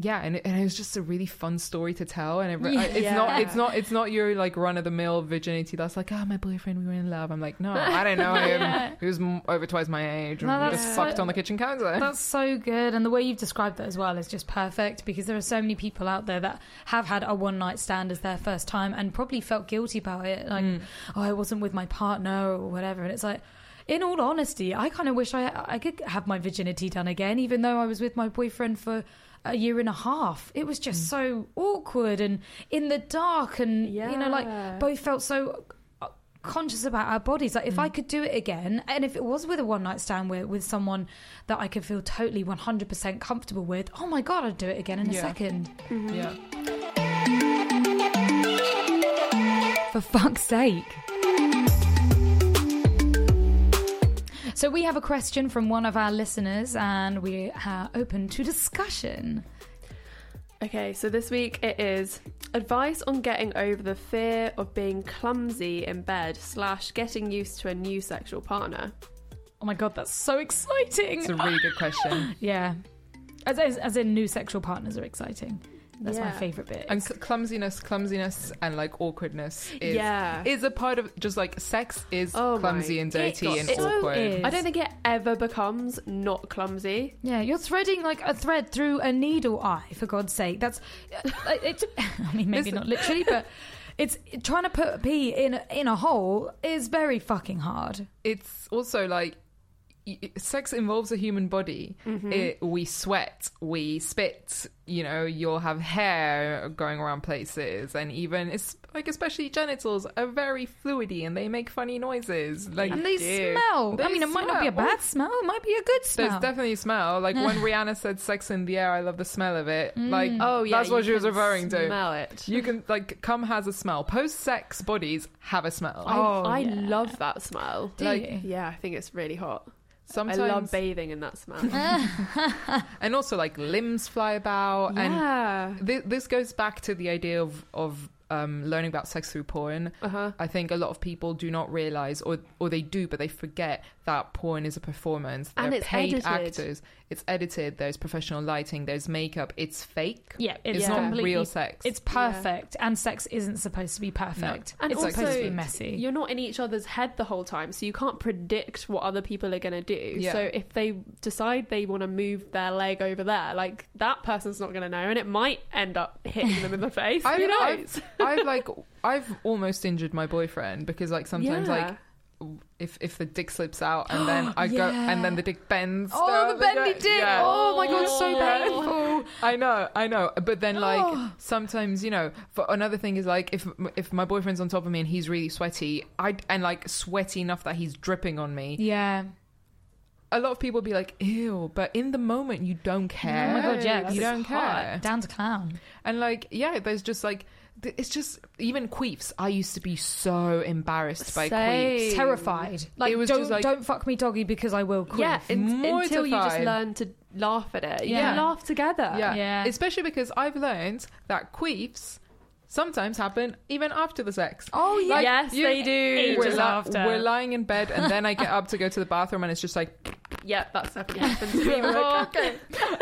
[SPEAKER 3] yeah and it, and it was just a really fun story to tell and it, re- I- it's not
[SPEAKER 1] Yeah.
[SPEAKER 3] it's not it's not your like run-of-the-mill virginity that's like oh my boyfriend we were in love i'm like no i don't know him he was m- over twice my age and
[SPEAKER 2] No,
[SPEAKER 3] we
[SPEAKER 2] that's
[SPEAKER 3] just
[SPEAKER 2] so-
[SPEAKER 3] fucked on the kitchen counter
[SPEAKER 2] That's so good. And the way you've described that as well is just perfect because there are so many people out there that have had a one night stand as their first time and probably felt guilty about it. Like,
[SPEAKER 3] Mm.
[SPEAKER 2] oh, I wasn't with my partner or whatever. And it's like, in all honesty, I kind of wish I, I could have my virginity done again, even though I was with my boyfriend for a year and a half. It was
[SPEAKER 3] Mm.
[SPEAKER 2] just so awkward and in the dark. And, you know,
[SPEAKER 1] Yeah.
[SPEAKER 2] like both felt so uh, conscious about our bodies. Like if I could do it again, and if it was with a one night stand with with someone that I could feel totally one hundred percent comfortable with, oh my god, I'd do it again in a
[SPEAKER 3] Yeah.
[SPEAKER 2] second.
[SPEAKER 1] Mm-hmm.
[SPEAKER 3] yeah
[SPEAKER 2] For fuck's sake. So we have a question from one of our listeners, and we are open to discussion.
[SPEAKER 1] Okay, so this week it is advice on getting over the fear of being clumsy in bed slash getting used to a new sexual partner.
[SPEAKER 2] Oh my god, that's so exciting!
[SPEAKER 3] it's a really good question
[SPEAKER 2] yeah, as, as as in new sexual partners are exciting. That's my
[SPEAKER 1] Yeah.
[SPEAKER 2] favorite bit.
[SPEAKER 3] and cl- clumsiness clumsiness and like awkwardness is
[SPEAKER 1] yeah.
[SPEAKER 3] is a part of just like sex is
[SPEAKER 1] Oh my-
[SPEAKER 3] clumsy and dirty
[SPEAKER 2] It-
[SPEAKER 3] and
[SPEAKER 2] it so
[SPEAKER 3] awkward
[SPEAKER 2] is.
[SPEAKER 1] I don't think it ever becomes not clumsy.
[SPEAKER 2] Yeah, you're threading like a thread through a needle eye, for God's sake. That's uh, it. I mean, maybe not literally, but it's trying to put a pea in a, in a hole is very fucking hard.
[SPEAKER 3] it's also like y- y- sex involves a human body
[SPEAKER 2] Mm-hmm.
[SPEAKER 3] it, we sweat we spit you know you'll have hair going around places and even it's like especially genitals are very fluidy and they make funny noises like
[SPEAKER 2] And they
[SPEAKER 3] Ew.
[SPEAKER 2] smell.
[SPEAKER 3] They
[SPEAKER 2] I mean, it might not be a
[SPEAKER 3] smell.
[SPEAKER 2] bad smell. It might be a good smell.
[SPEAKER 3] There's definitely smell. Like when Rihanna said "sex in the air," I love the smell of it. Like,
[SPEAKER 2] Mm.
[SPEAKER 1] Oh yeah,
[SPEAKER 3] that's what
[SPEAKER 1] you
[SPEAKER 3] she was
[SPEAKER 1] can
[SPEAKER 3] referring to.
[SPEAKER 1] Smell it.
[SPEAKER 3] You can like cum has a smell. Post-sex bodies have a smell.
[SPEAKER 1] I, I
[SPEAKER 2] yeah.
[SPEAKER 1] love that smell.
[SPEAKER 2] Do
[SPEAKER 3] like,
[SPEAKER 2] you?
[SPEAKER 1] Yeah, I think it's really hot.
[SPEAKER 3] Sometimes
[SPEAKER 1] I love bathing in that smell.
[SPEAKER 3] and also like limbs fly about and
[SPEAKER 1] yeah.
[SPEAKER 3] th- this goes back to the idea of of um, learning about sex through porn.
[SPEAKER 1] Uh huh.
[SPEAKER 3] I think a lot of people do not realize, or or they do, but they forget that porn is a performance. They're
[SPEAKER 1] And it's
[SPEAKER 3] paid
[SPEAKER 1] edited.
[SPEAKER 3] actors. It's edited. There's professional lighting. There's makeup. It's fake.
[SPEAKER 2] Yeah, it's,
[SPEAKER 1] Yeah.
[SPEAKER 3] It's not
[SPEAKER 2] completely.
[SPEAKER 3] real sex.
[SPEAKER 2] It's perfect, and sex isn't supposed to be perfect.
[SPEAKER 1] And
[SPEAKER 2] it's
[SPEAKER 1] also,
[SPEAKER 2] supposed to be messy.
[SPEAKER 1] You're not in each other's head the whole time, so you can't predict what other people are going to do.
[SPEAKER 3] Yeah.
[SPEAKER 1] So if they decide they want to move their leg over there, like that person's not going to know, and it might end up hitting them in the face.
[SPEAKER 3] I
[SPEAKER 1] Who
[SPEAKER 3] mean,
[SPEAKER 1] knows?
[SPEAKER 3] I've like I've almost injured my boyfriend because like sometimes
[SPEAKER 1] Yeah.
[SPEAKER 3] like if if the dick slips out and then I go and then the dick bends.
[SPEAKER 2] Oh, the
[SPEAKER 3] down,
[SPEAKER 2] bendy
[SPEAKER 3] yeah,
[SPEAKER 2] dick.
[SPEAKER 3] yeah.
[SPEAKER 2] Oh my god, so
[SPEAKER 3] Yeah.
[SPEAKER 2] painful.
[SPEAKER 3] I know, I know, but then like
[SPEAKER 2] Oh.
[SPEAKER 3] sometimes you know. For another thing is like if if my boyfriend's on top of me and he's really sweaty, I and like sweaty enough that he's dripping on me.
[SPEAKER 2] Yeah.
[SPEAKER 3] A lot of people be like, "Ew," but in the moment you don't care.
[SPEAKER 2] Oh my god, yeah. that's
[SPEAKER 3] you don't
[SPEAKER 2] hot.
[SPEAKER 3] care.
[SPEAKER 2] Down to clown.
[SPEAKER 3] And like, yeah, there's just like, th- it's just even queefs. I used to be so embarrassed by
[SPEAKER 1] Same.
[SPEAKER 3] queefs.
[SPEAKER 2] Terrified. Like,
[SPEAKER 3] It was
[SPEAKER 2] don't,
[SPEAKER 3] just like-
[SPEAKER 2] don't fuck me, doggy, because I will quit.
[SPEAKER 1] yeah, in- until you just
[SPEAKER 3] mortified.
[SPEAKER 1] learn to laugh at it. You
[SPEAKER 2] Yeah.
[SPEAKER 1] can laugh together.
[SPEAKER 3] Yeah.
[SPEAKER 2] Yeah.
[SPEAKER 3] especially because I've learned that queefs sometimes happen even after the sex.
[SPEAKER 2] Oh yeah.
[SPEAKER 1] yes,
[SPEAKER 3] you-
[SPEAKER 1] they do.
[SPEAKER 3] We're,
[SPEAKER 5] Ages
[SPEAKER 3] li-
[SPEAKER 5] after.
[SPEAKER 3] we're lying in bed, and then I get up to go to the bathroom, and it's just like,
[SPEAKER 1] Yeah, that's definitely happened to me before.
[SPEAKER 3] okay.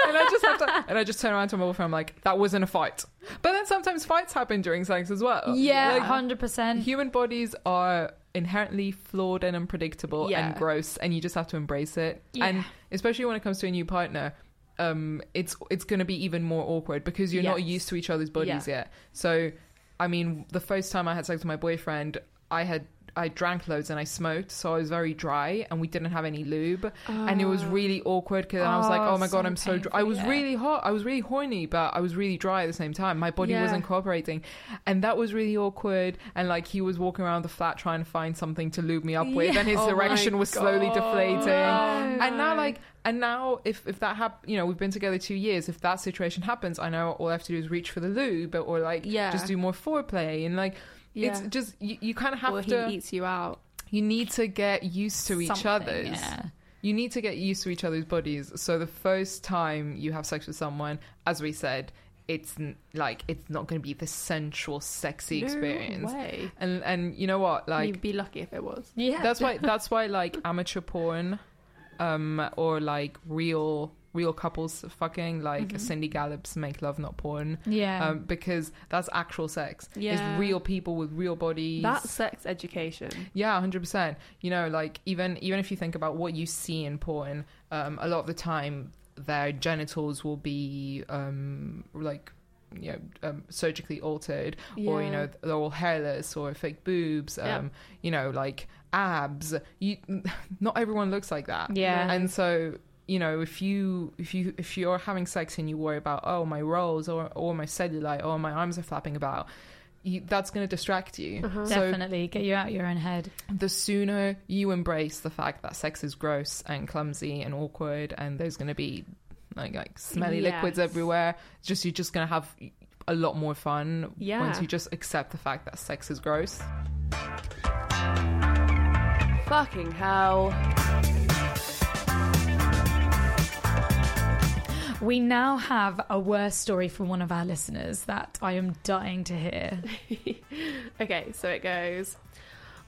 [SPEAKER 3] And I just have to, and I just turn around to my boyfriend, I'm like, that wasn't a fight. But then sometimes fights happen during sex as well.
[SPEAKER 2] Yeah,
[SPEAKER 3] Like,
[SPEAKER 2] hundred percent.
[SPEAKER 3] Human bodies are inherently flawed and unpredictable
[SPEAKER 1] Yeah.
[SPEAKER 3] and gross, and you just have to embrace it. And especially when it comes to a new partner, um, it's it's going to be even more awkward because you're not
[SPEAKER 1] Yes.
[SPEAKER 3] used to each other's bodies yet. So, I mean, the first time I had sex with my boyfriend, I had. I drank loads and I smoked, so I was very dry, and we didn't have any lube, and it was
[SPEAKER 1] Oh.
[SPEAKER 3] really awkward because I was like,
[SPEAKER 2] Oh,
[SPEAKER 3] "Oh my
[SPEAKER 2] so
[SPEAKER 3] god, I'm so dry." I
[SPEAKER 2] painful,
[SPEAKER 3] was
[SPEAKER 2] yeah.
[SPEAKER 3] really hot, I was really horny, but I was really dry at the same time. My body
[SPEAKER 1] Yeah.
[SPEAKER 3] wasn't cooperating, and that was really awkward. And like he was walking around the flat trying to find something to lube me up with, and his
[SPEAKER 1] Oh my
[SPEAKER 3] erection was slowly
[SPEAKER 1] God.
[SPEAKER 3] deflating.
[SPEAKER 1] No.
[SPEAKER 3] And now, like, and now if if that hap- you know, we've been together two years. If that situation happens, I know all I have to do is reach for the lube, or like,
[SPEAKER 1] Yeah.
[SPEAKER 3] just do more foreplay, and like, it's
[SPEAKER 1] Yeah.
[SPEAKER 3] just you, you kind of have
[SPEAKER 1] Or he
[SPEAKER 3] to.
[SPEAKER 1] eats you out.
[SPEAKER 3] You need to get used to each
[SPEAKER 2] Something,
[SPEAKER 3] other's.
[SPEAKER 2] yeah.
[SPEAKER 3] you need to get used to each other's bodies. So the first time you have sex with someone, as we said, it's n- like it's not going to be the sensual, sexy experience.
[SPEAKER 1] No way.
[SPEAKER 3] And and you know what? Like
[SPEAKER 1] You'd be lucky if it was.
[SPEAKER 2] Yeah.
[SPEAKER 3] that's why that's why like amateur porn, um, or like real real couples fucking like
[SPEAKER 1] Mm-hmm.
[SPEAKER 3] Cindy Gallup's Make Love Not Porn,
[SPEAKER 2] yeah.
[SPEAKER 3] um, because that's actual sex.
[SPEAKER 1] Yeah.
[SPEAKER 3] It's real people with real bodies.
[SPEAKER 1] That's sex education.
[SPEAKER 3] Yeah, hundred percent. You know, like even even if you think about what you see in porn, um, a lot of the time their genitals will be um, like you know um, surgically altered, or you
[SPEAKER 1] Yeah.
[SPEAKER 3] know they're all hairless or fake boobs. Um,
[SPEAKER 1] Yeah.
[SPEAKER 3] You know, like abs. You, not everyone looks like that.
[SPEAKER 2] yeah.
[SPEAKER 3] And so, you know, if you if you if you're having sex and you worry about oh my rolls or or my cellulite or my arms are flapping about, you, that's going to distract you.
[SPEAKER 1] Uh-huh.
[SPEAKER 3] So
[SPEAKER 2] Definitely get you out your own head.
[SPEAKER 3] the sooner you embrace the fact that sex is gross and clumsy and awkward and there's going to be like like smelly
[SPEAKER 1] Yes.
[SPEAKER 3] liquids everywhere just you're just going to have a lot more fun
[SPEAKER 1] Yeah.
[SPEAKER 3] once you just accept the fact that sex is gross
[SPEAKER 4] Fucking hell.
[SPEAKER 2] We now have a worse story from one of our listeners that I am dying to hear.
[SPEAKER 1] okay, so it goes.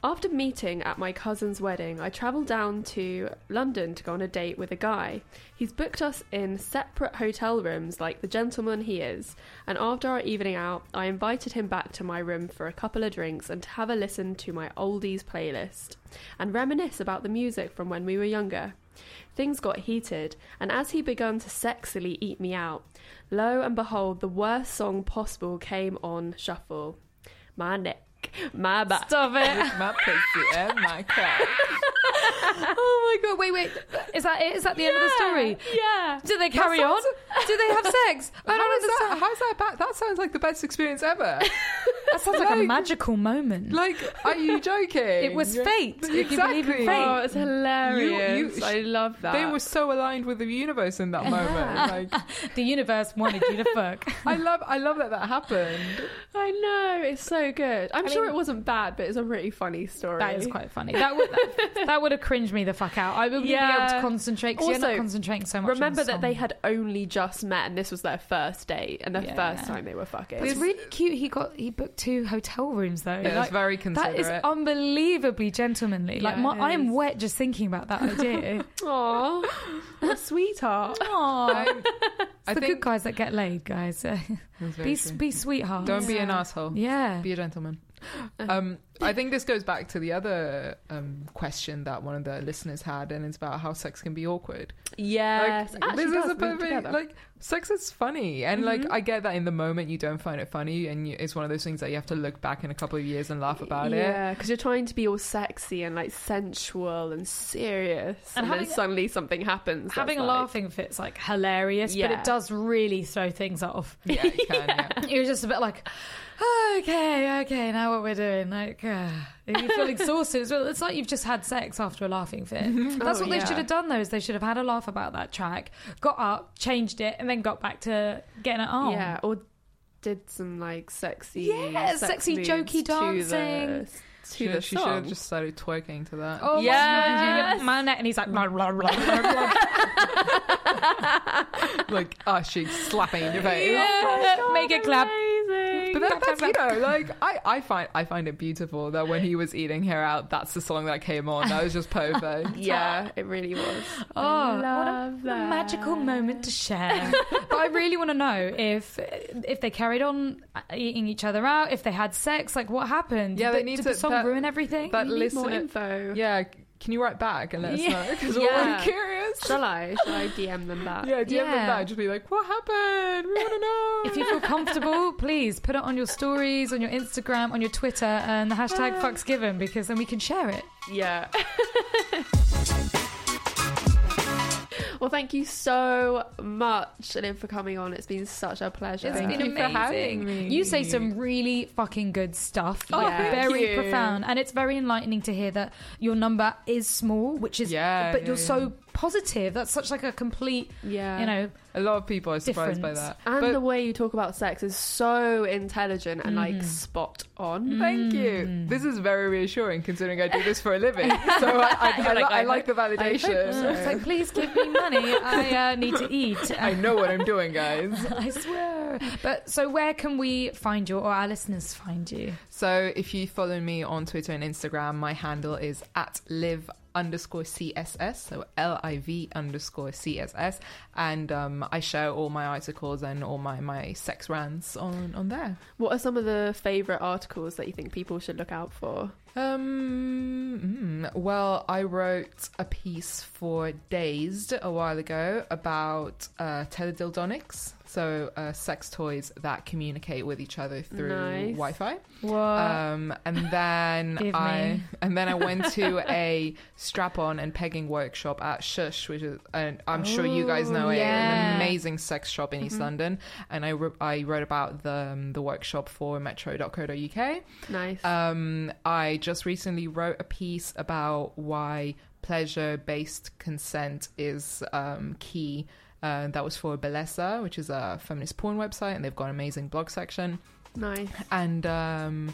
[SPEAKER 1] After meeting at my cousin's wedding, I travelled down to London to go on a date with a guy. He's booked us in separate hotel rooms like the gentleman he is, and after our evening out, I invited him back to my room for a couple of drinks and to have a listen to my oldies playlist and reminisce about the music from when we were younger. Things got heated, and as he begun to sexily eat me out, lo and behold, the worst song possible came on shuffle. My neck, my back.
[SPEAKER 2] Stop it.
[SPEAKER 3] my pussy and my crack
[SPEAKER 2] oh my god. Wait, wait. Is that it? Is that the end of the story?
[SPEAKER 1] Yeah.
[SPEAKER 2] Do they carry on?
[SPEAKER 3] sounds-
[SPEAKER 2] Do they have sex? I
[SPEAKER 3] how
[SPEAKER 2] don't
[SPEAKER 3] is that
[SPEAKER 2] understand.
[SPEAKER 3] how's that bad that sounds like the best experience ever
[SPEAKER 2] That sounds like a
[SPEAKER 3] Like-
[SPEAKER 2] magical moment.
[SPEAKER 3] like are you joking
[SPEAKER 2] it was
[SPEAKER 3] You're-
[SPEAKER 2] fate. If you believe in
[SPEAKER 3] Exactly.
[SPEAKER 2] fate.
[SPEAKER 1] Oh, it's hilarious.
[SPEAKER 3] You- you-
[SPEAKER 1] I love that.
[SPEAKER 3] they were so aligned with the universe in that moment like
[SPEAKER 2] The universe wanted you to fuck.
[SPEAKER 3] i love i love that that happened
[SPEAKER 1] I know, it's so good. I'm
[SPEAKER 2] I
[SPEAKER 1] sure
[SPEAKER 2] mean-
[SPEAKER 1] it wasn't bad, but it's a really funny story.
[SPEAKER 2] That is quite funny. That would that, would have cringed me the fuck out. I wouldn't be able
[SPEAKER 1] Yeah.
[SPEAKER 2] to concentrate because you're not
[SPEAKER 1] Also,
[SPEAKER 2] concentrating so much. on
[SPEAKER 1] Remember
[SPEAKER 2] the
[SPEAKER 1] that they
[SPEAKER 2] song.
[SPEAKER 1] had only just met and this was their first date and the
[SPEAKER 2] Yeah.
[SPEAKER 1] first time they were fucking.
[SPEAKER 2] It's really cute. He got he booked two hotel rooms though.
[SPEAKER 3] it was
[SPEAKER 2] Like,
[SPEAKER 3] very
[SPEAKER 2] that
[SPEAKER 3] considerate
[SPEAKER 2] is unbelievably gentlemanly. like
[SPEAKER 1] Yeah,
[SPEAKER 2] my,
[SPEAKER 1] it
[SPEAKER 2] I am
[SPEAKER 1] is.
[SPEAKER 2] wet just thinking about that idea.
[SPEAKER 1] Aw, what a sweetheart.
[SPEAKER 2] Aww.
[SPEAKER 3] I'm-
[SPEAKER 2] It's the good guys that get laid, guys. be be sweethearts.
[SPEAKER 3] Don't be an
[SPEAKER 1] Yeah. Uh.
[SPEAKER 3] asshole.
[SPEAKER 2] yeah.
[SPEAKER 3] Be a gentleman. Um, I think this goes back to the other um, question that one of the listeners had, and it's about how sex can be awkward.
[SPEAKER 1] Yes.
[SPEAKER 3] like,
[SPEAKER 1] Actually
[SPEAKER 3] this
[SPEAKER 1] does
[SPEAKER 3] is a
[SPEAKER 1] link
[SPEAKER 3] perfect
[SPEAKER 1] together. Mm-hmm.
[SPEAKER 3] like sex is funny, and like I get that in the moment you don't find it funny, and you, it's one of those things that you have to look back in a couple of years and laugh about it.
[SPEAKER 1] yeah, because you're trying to be all sexy and like sensual and serious,
[SPEAKER 2] And
[SPEAKER 1] and,
[SPEAKER 2] having-
[SPEAKER 1] then suddenly something happens.
[SPEAKER 2] Having a
[SPEAKER 1] that's like-
[SPEAKER 2] laughing fit's like hilarious, but
[SPEAKER 1] Yeah.
[SPEAKER 2] it does really throw things off.
[SPEAKER 3] Yeah, it can, yeah.
[SPEAKER 2] You're just a bit like, okay, okay, now what we're doing? Like, uh, you feel exhausted as well. It's like you've just had sex after a laughing fit.
[SPEAKER 3] Mm-hmm.
[SPEAKER 2] That's
[SPEAKER 1] Oh,
[SPEAKER 2] what they
[SPEAKER 1] yeah.
[SPEAKER 2] should have done though. Is they should have had a laugh about that track, got up, changed it, and then got back to getting it on.
[SPEAKER 1] Yeah, or did some like sexy,
[SPEAKER 2] Yeah,
[SPEAKER 1] sex
[SPEAKER 2] sexy
[SPEAKER 1] moves
[SPEAKER 2] jokey
[SPEAKER 1] to
[SPEAKER 2] dancing.
[SPEAKER 1] the, to the
[SPEAKER 3] she should
[SPEAKER 1] song.
[SPEAKER 3] have just started twerking to that.
[SPEAKER 2] Oh yeah,
[SPEAKER 1] Yes.
[SPEAKER 2] my, my neck, and he's like, blah, blah, blah, blah, blah.
[SPEAKER 3] like, ah, she's slapping in your face.
[SPEAKER 2] Yeah, make it clap.
[SPEAKER 3] But that, that's you know, like I, I find I find it beautiful that when he was eating her out, that's the song that came on. That was just perfect.
[SPEAKER 1] Yeah, it really was.
[SPEAKER 2] Oh,
[SPEAKER 1] love
[SPEAKER 2] what a
[SPEAKER 1] that.
[SPEAKER 2] magical moment to share! but I really want to know if if they carried on uh, eating each other out, if they had sex, like what happened?
[SPEAKER 3] Yeah,
[SPEAKER 2] did,
[SPEAKER 3] they
[SPEAKER 2] the-
[SPEAKER 3] need
[SPEAKER 2] did
[SPEAKER 3] to-
[SPEAKER 2] the song
[SPEAKER 3] that-
[SPEAKER 2] ruin everything?
[SPEAKER 3] that
[SPEAKER 1] We need more
[SPEAKER 3] listener-
[SPEAKER 1] info.
[SPEAKER 3] yeah, c- can you write back and let
[SPEAKER 2] Yeah.
[SPEAKER 3] us know? Because we're
[SPEAKER 1] Yeah.
[SPEAKER 3] really curious.
[SPEAKER 1] Shall I? Shall I DM them back?
[SPEAKER 3] Yeah, do you
[SPEAKER 2] Yeah.
[SPEAKER 3] have that? Just be like, what happened? We want to know.
[SPEAKER 2] If you feel comfortable, please put it on your stories, on your Instagram, on your Twitter, and the hashtag fucks given because then we can share it.
[SPEAKER 1] Yeah. well, thank you so much, Liv, for coming on. It's been such a pleasure.
[SPEAKER 2] It's
[SPEAKER 3] Thank
[SPEAKER 2] been
[SPEAKER 3] you for having
[SPEAKER 2] amazing.
[SPEAKER 3] me.
[SPEAKER 2] You say some really fucking good stuff.
[SPEAKER 1] Oh,
[SPEAKER 2] like,
[SPEAKER 1] thank
[SPEAKER 2] very
[SPEAKER 1] you.
[SPEAKER 2] profound. And it's very enlightening to hear that your number is small, which is
[SPEAKER 3] Yeah,
[SPEAKER 2] but
[SPEAKER 3] yeah,
[SPEAKER 2] you're
[SPEAKER 3] yeah.
[SPEAKER 2] so positive. That's such like a complete,
[SPEAKER 1] Yeah.
[SPEAKER 2] you know,
[SPEAKER 3] A lot of people are surprised by
[SPEAKER 2] Difference.
[SPEAKER 3] that.
[SPEAKER 1] And
[SPEAKER 3] But-
[SPEAKER 1] the way you talk about sex is so intelligent and
[SPEAKER 2] Mm-hmm.
[SPEAKER 1] like spot on.
[SPEAKER 3] Thank you.
[SPEAKER 2] Mm.
[SPEAKER 3] This is very reassuring considering I do this for a living. So I, I, I, li- I like the validation.
[SPEAKER 2] So it's like, please give me money. I uh, need to eat.
[SPEAKER 3] I know what I'm doing, guys.
[SPEAKER 2] I swear. But so, where can we find you, or our listeners find you?
[SPEAKER 3] So if you follow me on Twitter and Instagram, my handle is at live underscore CSS. So L I V underscore CSS. And um, I share all my articles and all my, my sex rants on, on there.
[SPEAKER 1] What are some of the favourite articles that you think people should look out for?
[SPEAKER 3] Um, mm, well, I wrote a piece for Dazed a while ago about uh, teledildonics, so uh, sex toys that communicate with each other through
[SPEAKER 1] Nice.
[SPEAKER 3] Wi-Fi.
[SPEAKER 2] What?
[SPEAKER 3] Um, and then
[SPEAKER 2] Give
[SPEAKER 3] I
[SPEAKER 2] me.
[SPEAKER 3] and then I went to a strap-on and pegging workshop at Shush, which is and I'm sure you guys know
[SPEAKER 2] Ooh,
[SPEAKER 3] it,
[SPEAKER 2] yeah. Mm-hmm.
[SPEAKER 3] an amazing sex shop in East London. And I wr- I wrote about the um, the workshop for Metro.co.uk.
[SPEAKER 1] Nice.
[SPEAKER 2] Uh,
[SPEAKER 3] Um, I just recently wrote a piece about why pleasure-based consent is um, key. Uh, that was for Belessa, which is a feminist porn website, and they've got an amazing blog section
[SPEAKER 1] nice.
[SPEAKER 3] and um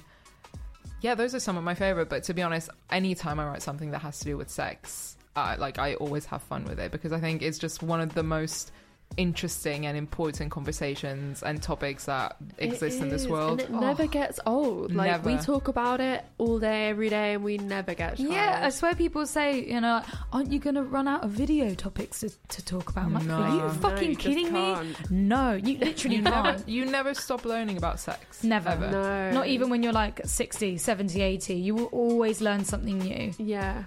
[SPEAKER 3] yeah those are some of my favorite but to be honest anytime i write something that has to do with sex uh, like i always have fun with it because i think it's just one of the most interesting and important conversations and topics that exist
[SPEAKER 1] It
[SPEAKER 3] in this
[SPEAKER 1] is, And
[SPEAKER 3] world
[SPEAKER 1] it
[SPEAKER 2] Oh.
[SPEAKER 1] never gets old. Like we
[SPEAKER 3] Never.
[SPEAKER 1] talk about it all day, every day, and we never get tired.
[SPEAKER 2] yeah, I swear people say, you know, aren't you going to run out of video topics to, to talk about? I'm like,
[SPEAKER 3] No.
[SPEAKER 2] are you
[SPEAKER 3] No,
[SPEAKER 2] fucking
[SPEAKER 1] you just
[SPEAKER 2] kidding me?
[SPEAKER 1] can't.
[SPEAKER 2] No, you literally
[SPEAKER 3] you never
[SPEAKER 2] can't.
[SPEAKER 3] you never stop learning about sex
[SPEAKER 2] Never.
[SPEAKER 3] ever.
[SPEAKER 1] No.
[SPEAKER 2] Not even when you're like 60, 70, 80. You will always learn something new.
[SPEAKER 1] Yeah.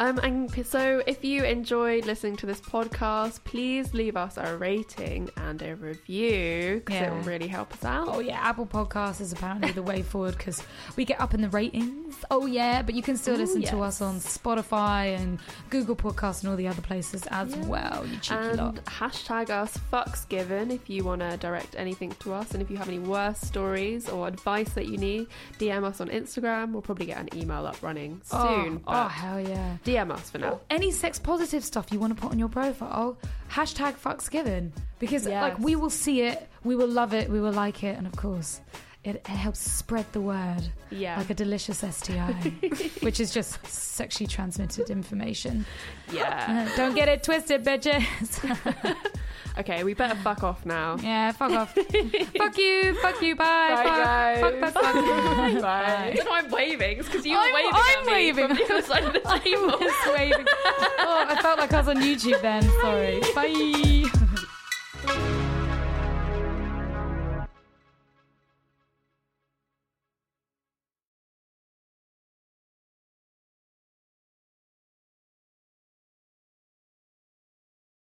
[SPEAKER 1] Um, and p- so, if you enjoyed listening to this podcast, please leave us a rating and a review because it
[SPEAKER 2] Yeah.
[SPEAKER 1] will really help us out.
[SPEAKER 2] Oh yeah, Apple Podcasts is apparently the way forward because we get up in the ratings. Oh yeah, but you can still
[SPEAKER 1] Ooh,
[SPEAKER 2] listen
[SPEAKER 1] yes.
[SPEAKER 2] to us on Spotify and Google Podcasts and all the other places as
[SPEAKER 1] Yeah.
[SPEAKER 2] well. You cheeky lot.
[SPEAKER 1] and hashtag us fucks given if you want to direct anything to us and if you have any worse stories or advice that you need dm us on instagram we'll probably get an email up running soon
[SPEAKER 2] Oh, oh
[SPEAKER 1] but
[SPEAKER 2] hell yeah.
[SPEAKER 1] dm us for now
[SPEAKER 2] Or any sex positive stuff you want to put on your profile, hashtag fucks given. Because
[SPEAKER 1] Yes.
[SPEAKER 2] like we will see it, we will love it, we will like it, and of course, it, it helps spread the word
[SPEAKER 1] yeah
[SPEAKER 2] like a delicious STI, which is just sexually transmitted information.
[SPEAKER 1] yeah
[SPEAKER 2] Uh, Don't get it twisted, bitches.
[SPEAKER 1] okay we better fuck off now
[SPEAKER 2] yeah, fuck off. fuck you, fuck you, bye.
[SPEAKER 3] Bye, guys.
[SPEAKER 2] fuck, fuck, fuck, fuck.
[SPEAKER 3] Bye.
[SPEAKER 1] I don't know why I'm waving. It's because you
[SPEAKER 2] I'm-
[SPEAKER 1] were waving.
[SPEAKER 2] I'm
[SPEAKER 1] at me
[SPEAKER 2] waving.
[SPEAKER 1] From the other side of the table.
[SPEAKER 2] I was waving. Oh, I felt like I was on YouTube then. Sorry. Bye.